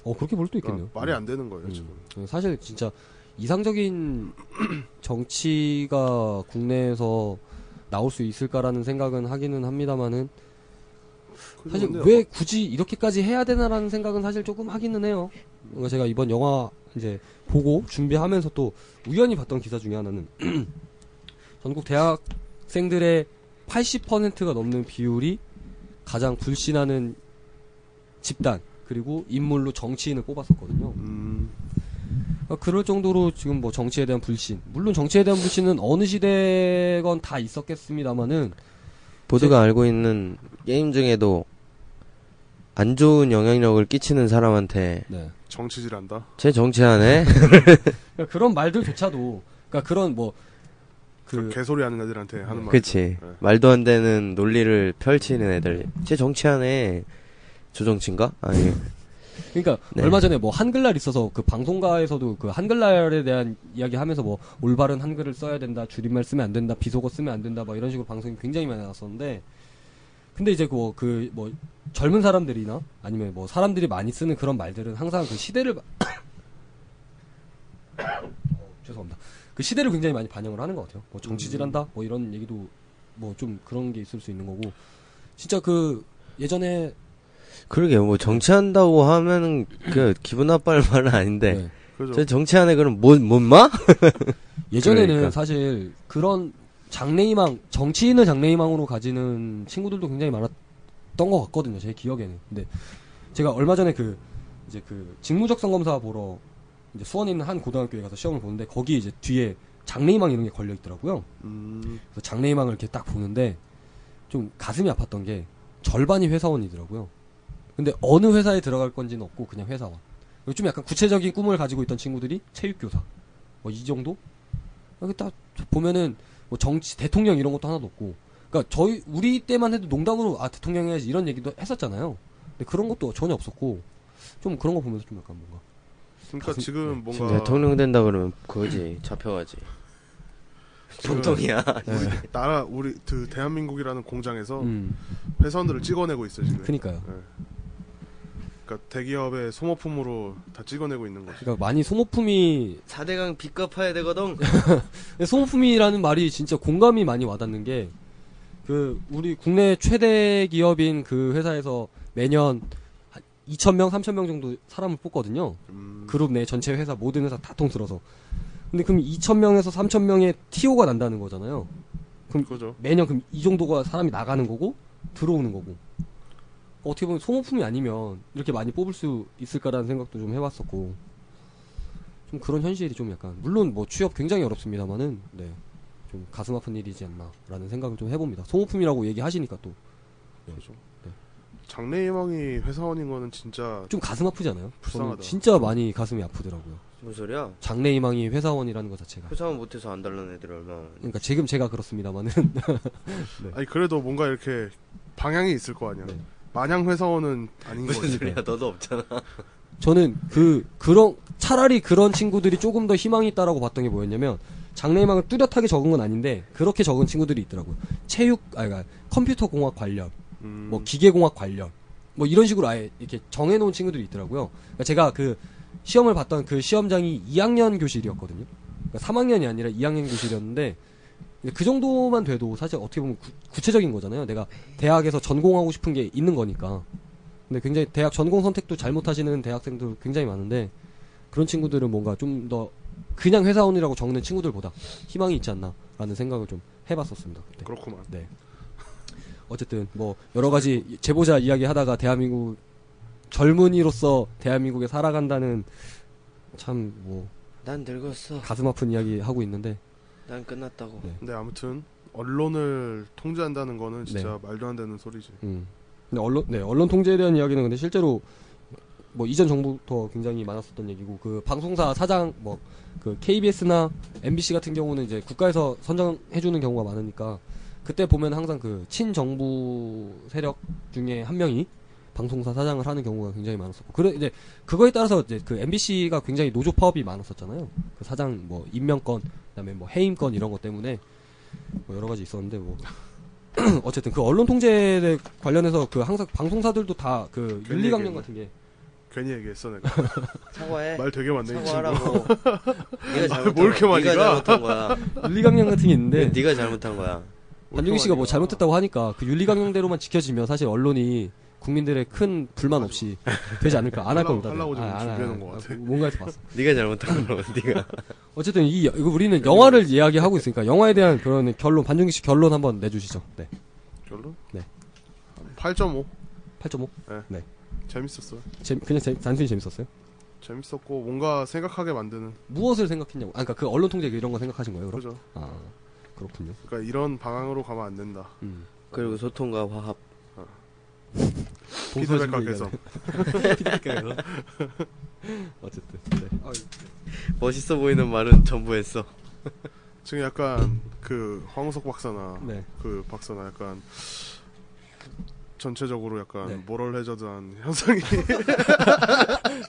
어 그렇게 볼 수도 있겠네요 그러니까 말이 안 되는 거예요 음. 지금. 음. 사실 진짜 이상적인 정치가 국내에서 나올 수 있을까라는 생각은 하기는 합니다만은 사실 근데 왜 굳이 이렇게까지 해야 되나라는 생각은 사실 조금 하기는 해요. 뭔가 제가 이번 영화 이제 보고 준비하면서 또 우연히 봤던 기사 중에 하나는 전국 대학생들의 80%가 넘는 비율이 가장 불신하는 집단 그리고 인물로 정치인을 뽑았었거든요. 음, 그러니까 그럴 정도로 지금 뭐 정치에 대한 불신 물론 정치에 대한 불신은 어느 시대건 다 있었겠습니다만은 모두가 알고 있는 게임 중에도 안 좋은 영향력을 끼치는 사람한테 네. 정치질한다. 쟤 음, 정치하네. 그러니까 그런 말들조차도 그러니까 그런 뭐그 그러니까 개소리 하는 애들한테 하는 말. 그치. 네. 말도 안 되는 논리를 펼치는 애들. 쟤 정치하네. 조정치인가? 아니. 그러니까 네. 얼마 전에 뭐 한글날 있어서 그 방송가에서도 그 한글날에 대한 이야기하면서 뭐 올바른 뭐 한글을 써야 된다 줄임말 쓰면 안 된다 비속어 쓰면 안 된다 막 이런 식으로 방송이 굉장히 많이 나왔었는데 근데 이제 그 뭐 그 뭐 젊은 사람들이나 아니면 뭐 사람들이 많이 쓰는 그런 말들은 항상 그 시대를 바- 어, 죄송합니다. 그 시대를 굉장히 많이 반영을 하는 것 같아요. 뭐 정치질한다 뭐 이런 얘기도 뭐 좀 그런 게 있을 수 있는 거고 진짜 그 예전에 그러게 뭐 정치한다고 하면은 그 기분 나빠할 말은 아닌데 네. 그죠? 저 정치하네 그럼 못못 마? 예전에는 그러니까. 사실 그런 장래희망 정치인을 장래희망으로 가지는 친구들도 굉장히 많았던 것 같거든요 제 기억에는 근데 제가 얼마 전에 그 이제 그 직무적성 검사 보러 이제 수원에 있는 한 고등학교에 가서 시험을 보는데 거기 이제 뒤에 장래희망 이런 게 걸려 있더라고요 음, 그래서 장래희망을 이렇게 딱 보는데 좀 가슴이 아팠던 게 절반이 회사원이더라고요. 근데 어느 회사에 들어갈 건지는 없고 그냥 회사원. 그리고 좀 약간 구체적인 꿈을 가지고 있던 친구들이 체육교사. 뭐 이 정도? 여기 딱 보면은 뭐 정치 대통령 이런 것도 하나도 없고. 그러니까 저희 우리 때만 해도 농담으로 아 대통령 해야지 이런 얘기도 했었잖아요. 근데 그런 것도 전혀 없었고 좀 그런 거 보면서 좀 약간 뭔가 그러니까 가슴- 네. 지금 지금 뭔가 대통령 된다 그러면 그거지 잡혀가지. 지금 보통이야. 우리 나라 우리 그 대한민국이라는 공장에서 네. 음 회사원들을 찍어내고 있어 지금. 그니까요. 예. 그러니까 대기업의 소모품으로 다 찍어내고 있는 거지. 그러니까 많이 소모품이 4대강 빚 갚아야 되거든. 근데 소모품이라는 말이 진짜 공감이 많이 와닿는 게, 그, 우리 국내 최대 기업인 그 회사에서 매년 2,000명, 3,000명 정도 사람을 뽑거든요. 음, 그룹 내 전체 회사, 모든 회사 다 통틀어서. 근데 그럼 2,000명에서 3,000명의 TO가 난다는 거잖아요. 음. 그죠. 매년 그럼 이 정도가 사람이 나가는 거고, 들어오는 거고. 어떻게 보면 소모품이 아니면 이렇게 많이 뽑을 수 있을까라는 생각도 좀 해봤었고. 좀 그런 현실이 좀 약간 물론 뭐 취업 굉장히 어렵습니다만은 네. 좀 가슴 아픈 일이지 않나라는 생각을 좀 해봅니다. 소모품이라고 얘기하시니까 또 좀 그죠. 네. 장래희망이 회사원인 거는 진짜 가슴 아프지 않아요? 저는 불쌍하다. 진짜 많이 가슴이 아프더라고요. 무슨 소리야? 장래희망이 회사원이라는 것 자체가. 회사원 못해서 안 달라는 애들 얼마나 많은데. 그러니까 지금 제가 그렇습니다만은 아니 그래도 뭔가 이렇게 방향이 있을 거 아니야. 네. 마냥 회사원은 아닌 무슨 거지. 소리야 너도 없잖아. 저는 그 그런 차라리 그런 친구들이 조금 더 희망이 있다라고 봤던 게 뭐였냐면 장래희망을 뚜렷하게 적은 건 아닌데 그렇게 적은 친구들이 있더라고요. 체육 아그까 컴퓨터 공학 관련 음, 뭐 기계공학 관련 뭐 이런 식으로 아예 이렇게 정해놓은 친구들이 있더라고요. 그러니까 제가 그 시험을 봤던 그 시험장이 2학년 교실이었거든요. 그러니까 3학년이 아니라 2학년 교실이었는데 근데 그 정도만 돼도 사실 어떻게 보면 구, 체적인 거잖아요. 내가 대학에서 전공하고 싶은 게 있는 거니까. 근데 굉장히 대학 전공 선택도 잘못하시는 대학생도 굉장히 많은데 그런 친구들은 뭔가 좀 더 그냥 회사원이라고 적는 친구들보다 희망이 있지 않나라는 생각을 좀 해봤었습니다. 그때. 그렇구만. 네. 어쨌든 뭐 여러 가지 제보자 이야기하다가 대한민국 젊은이로서 대한민국에 살아간다는 참 뭐 난 늙었어. 가슴 아픈 이야기 하고 있는데 난 끝났다고. 네. 근데 아무튼 언론을 통제한다는 거는 진짜 네. 말도 안 되는 소리지. 음. 근데 언론 네, 언론 통제에 대한 이야기는 근데 실제로 뭐 이전 정부부터 굉장히 많았었던 얘기고 그 방송사 사장 뭐 그 KBS나 MBC 같은 경우는 이제 국가에서 선정해 주는 경우가 많으니까 그때 보면 항상 그 친정부 세력 중에 한 명이 방송사 사장을 하는 경우가 굉장히 많았었고 그래 이제 그거에 따라서 이제 그 MBC가 굉장히 노조 파업이 많았었잖아요. 그 사장 뭐 임명권 그다음에 뭐 해임권 이런 것 때문에 뭐 여러 가지 있었는데 뭐 어쨌든 그 언론 통제에 관련해서 그 항상 방송사들도 다 그 괜히 윤리 강령 얘기했네. 같은 게 괜히 얘기했어 내가. 사과해. 말 되게 많네 이 친구. 사과하라고. 네가 잘못한 뭘 이렇게 거야. 많이 네가 가? 잘못한 거야. 윤리 강령 같은 게 있는데 네가 잘못한 거야. 단종희 씨가 뭐 잘못했다고 하니까 그 윤리 강령대로만 지켜지면 사실 언론이 국민들의 큰 불만 없이 되지 않을까 안 할 하려고- 겁니다. 하려고 지금 아, 안 할- 준비해놓은 것 같아. 아, 뭔가에서 봤어. 네가 잘못한 거라고. 네가. 어쨌든 이 이거 우리는 영화를 이야기하고 있으니까 영화에 대한 그런 결론 반중기 씨 결론 한번 내주시죠. 네. 결론? 네. 8.5 8.5. 재밌었어요. 재, 그냥 재- 단순히 재밌었어요. 재밌었고 뭔가 생각하게 만드는 무엇을 생각했냐고. 아, 그러니까 그 언론 통제 이런 거 생각하신 거예요, 그럼? 그죠. 아, 그렇군요. 그러니까 이런 방향으로 가면 안 된다. 음. 그리고 소통과 화합. 피드백과 개선. 피드백과에서. 어쨌든. 네. 아, 멋있어 보이는 말은 전부 했어. 지금 약간 그 황우석 박사나 네. 그 박사나 약간 전체적으로 약간 네. 모럴 해저드한 현상이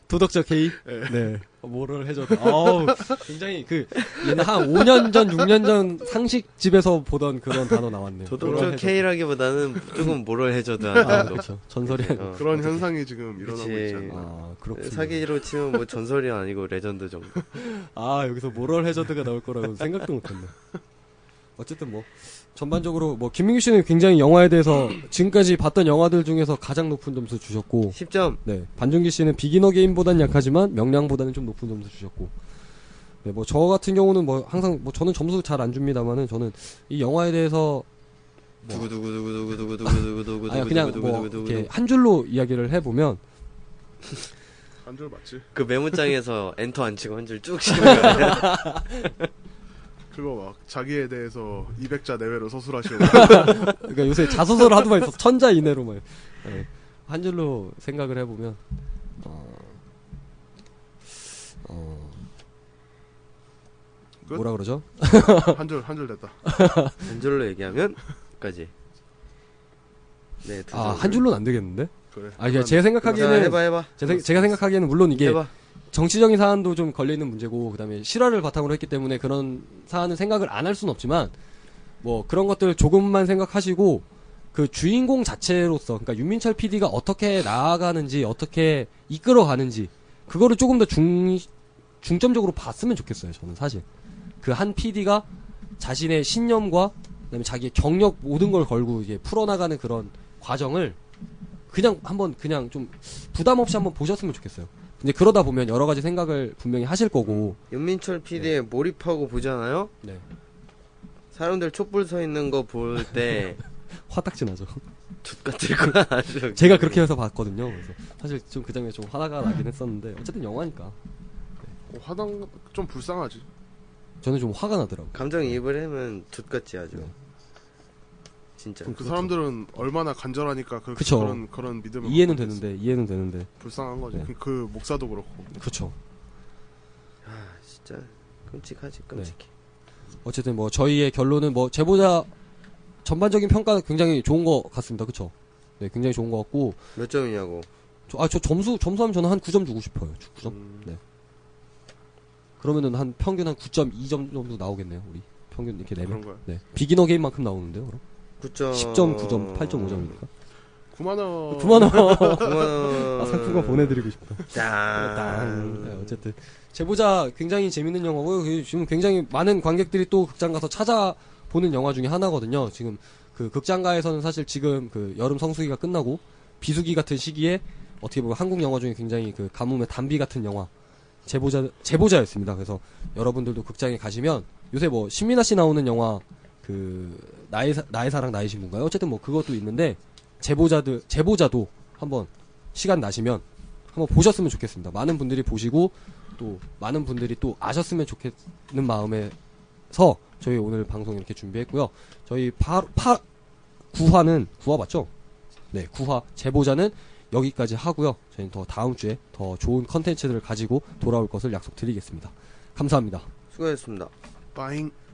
도덕적 개입. 네. 어, 뭐를 해줘도 어우, 굉장히 그 옛날 한 5년 전, 6년 전 상식 집에서 보던 그런 단어 나왔네요. 저도 뭐를 도덕적 해줘도. K라기보다는 조금 모럴 아, 해저드한 정도. 그렇죠. 전설이 아니고. 어, 그런 현상이 지금 일어나고 그치. 있지 않나. 아, 그렇군요. 사기로 치면 뭐 전설이 아니고 레전드 정도. 아, 여기서 모럴 해저드가 나올 거라고 생각도 못 했네. 어쨌든 뭐 전반적으로 뭐 김민규 씨는 굉장히 영화에 대해서 지금까지 봤던 영화들 중에서 가장 높은 점수 주셨고 10점. 네. 반준기 씨는 비기너 게임보단 약하지만 명량보다는 좀 높은 점수 주셨고. 네, 뭐 저 같은 경우는 뭐 항상 뭐 저는 점수 잘 안 줍니다만은 저는 이 영화에 대해서 두구두구두구두구두구두구두구두구. 아니 그냥 뭐 이렇게 한 줄로 이야기를 해 보면 한줄 맞지? 그 메모장에서 엔터 안 치고 한 줄 쭉 씹어요. 그거 막 자기에 대해서 200자 내외로 서술하시고 그러니까 요새 자소서를 하도 많이 써서 천자 이내로만 네. 한 줄로 생각을 해 보면 어, 어 끝? 뭐라 그러죠? 한줄 한 줄 됐다. 한 줄로 얘기하면까지. 네, 두 아 한 줄로는 안 되겠는데? 그 그래. 아 이게 제 생각하기에는 해봐 해봐. 제 생- 제가 생각하기에는 물론 네, 이게 해봐. 정치적인 사안도 좀 걸려있는 문제고 그다음에 실화를 바탕으로 했기 때문에 그런 사안을 생각을 안 할 수는 없지만 뭐 그런 것들 조금만 생각하시고 그 주인공 자체로서 그러니까 윤민철 PD가 어떻게 나아가는지 어떻게 이끌어가는지 그거를 조금 더 중 중점적으로 봤으면 좋겠어요 저는 사실 그 한 PD가 자신의 신념과 그다음에 자기의 경력 모든 걸 걸고 이제 풀어나가는 그런 과정을 그냥 한번 그냥 좀 부담 없이 한번 보셨으면 좋겠어요. 이제 그러다 보면 여러 가지 생각을 분명히 하실 거고. 윤민철 PD에 몰입하고 보잖아요. 네. 사람들 촛불 서 있는 거 볼 때 화딱지 나죠. 같을 거야. 아주. 제가 그렇게 해서 봤거든요. 그래서 사실 좀 그 장면에 좀 화가 나긴 했었는데 어쨌든 영화니까 어, 화당 좀 불쌍하지. 저는 좀 화가 나더라고요. 감정이입을 하면 족같지 아주. 네. 진짜. 그 사람들은 얼마나 간절하니까 그 그쵸. 그런 그런 믿음을 이해는 갖고 있겠어. 되는데 이해는 되는데 불쌍한 거지. 네. 그, 그 목사도 그렇고. 그렇죠. 아, 진짜 끔찍하지 네. 끔찍해. 어쨌든 뭐 저희의 결론은 뭐 제보자 전반적인 평가 굉장히 좋은 것 같습니다. 그렇죠. 네, 굉장히 좋은 것 같고 몇 점이냐고. 저, 아, 저 점수 점수하면 저는 한 9점 주고 싶어요. 9점. 음, 그러면은 한 평균 한 9.2점 정도 나오겠네요. 우리 평균 이렇게 그런 어, 내면. 거야. 네. 비기너 게임만큼 나오는데요. 그럼 9점. 10점, 9점, 8.5점이니까. 9만 원. 9만 원. 9만 원. 아, 상품권 보내드리고 싶다. 짠. 네, 어쨌든 제보자 굉장히 재밌는 영화고요. 그 지금 굉장히 많은 관객들이 또 극장 가서 찾아보는 영화 중에 하나거든요. 지금 그 극장가에서는 사실 지금 그 여름 성수기가 끝나고 비수기 같은 시기에 어떻게 보면 한국 영화 중에 굉장히 그 가뭄의 단비 같은 영화 제보자 제보자였습니다. 그래서 여러분들도 극장에 가시면 요새 뭐 신민아 씨 나오는 영화 그 나의 사, 나의 사랑 나의 신분가요? 어쨌든 뭐 그것도 있는데 제보자들 제보자도 한번 시간 나시면 한번 보셨으면 좋겠습니다. 많은 분들이 보시고 또 많은 분들이 또 아셨으면 좋겠는 마음에서 저희 오늘 방송 이렇게 준비했고요. 저희 바로 파 9화는 9화 맞죠? 네, 9화 제보자는 여기까지 하고요. 저희는 더 다음 주에 더 좋은 컨텐츠들을 가지고 돌아올 것을 약속드리겠습니다. 감사합니다. 수고하셨습니다. 빠잉.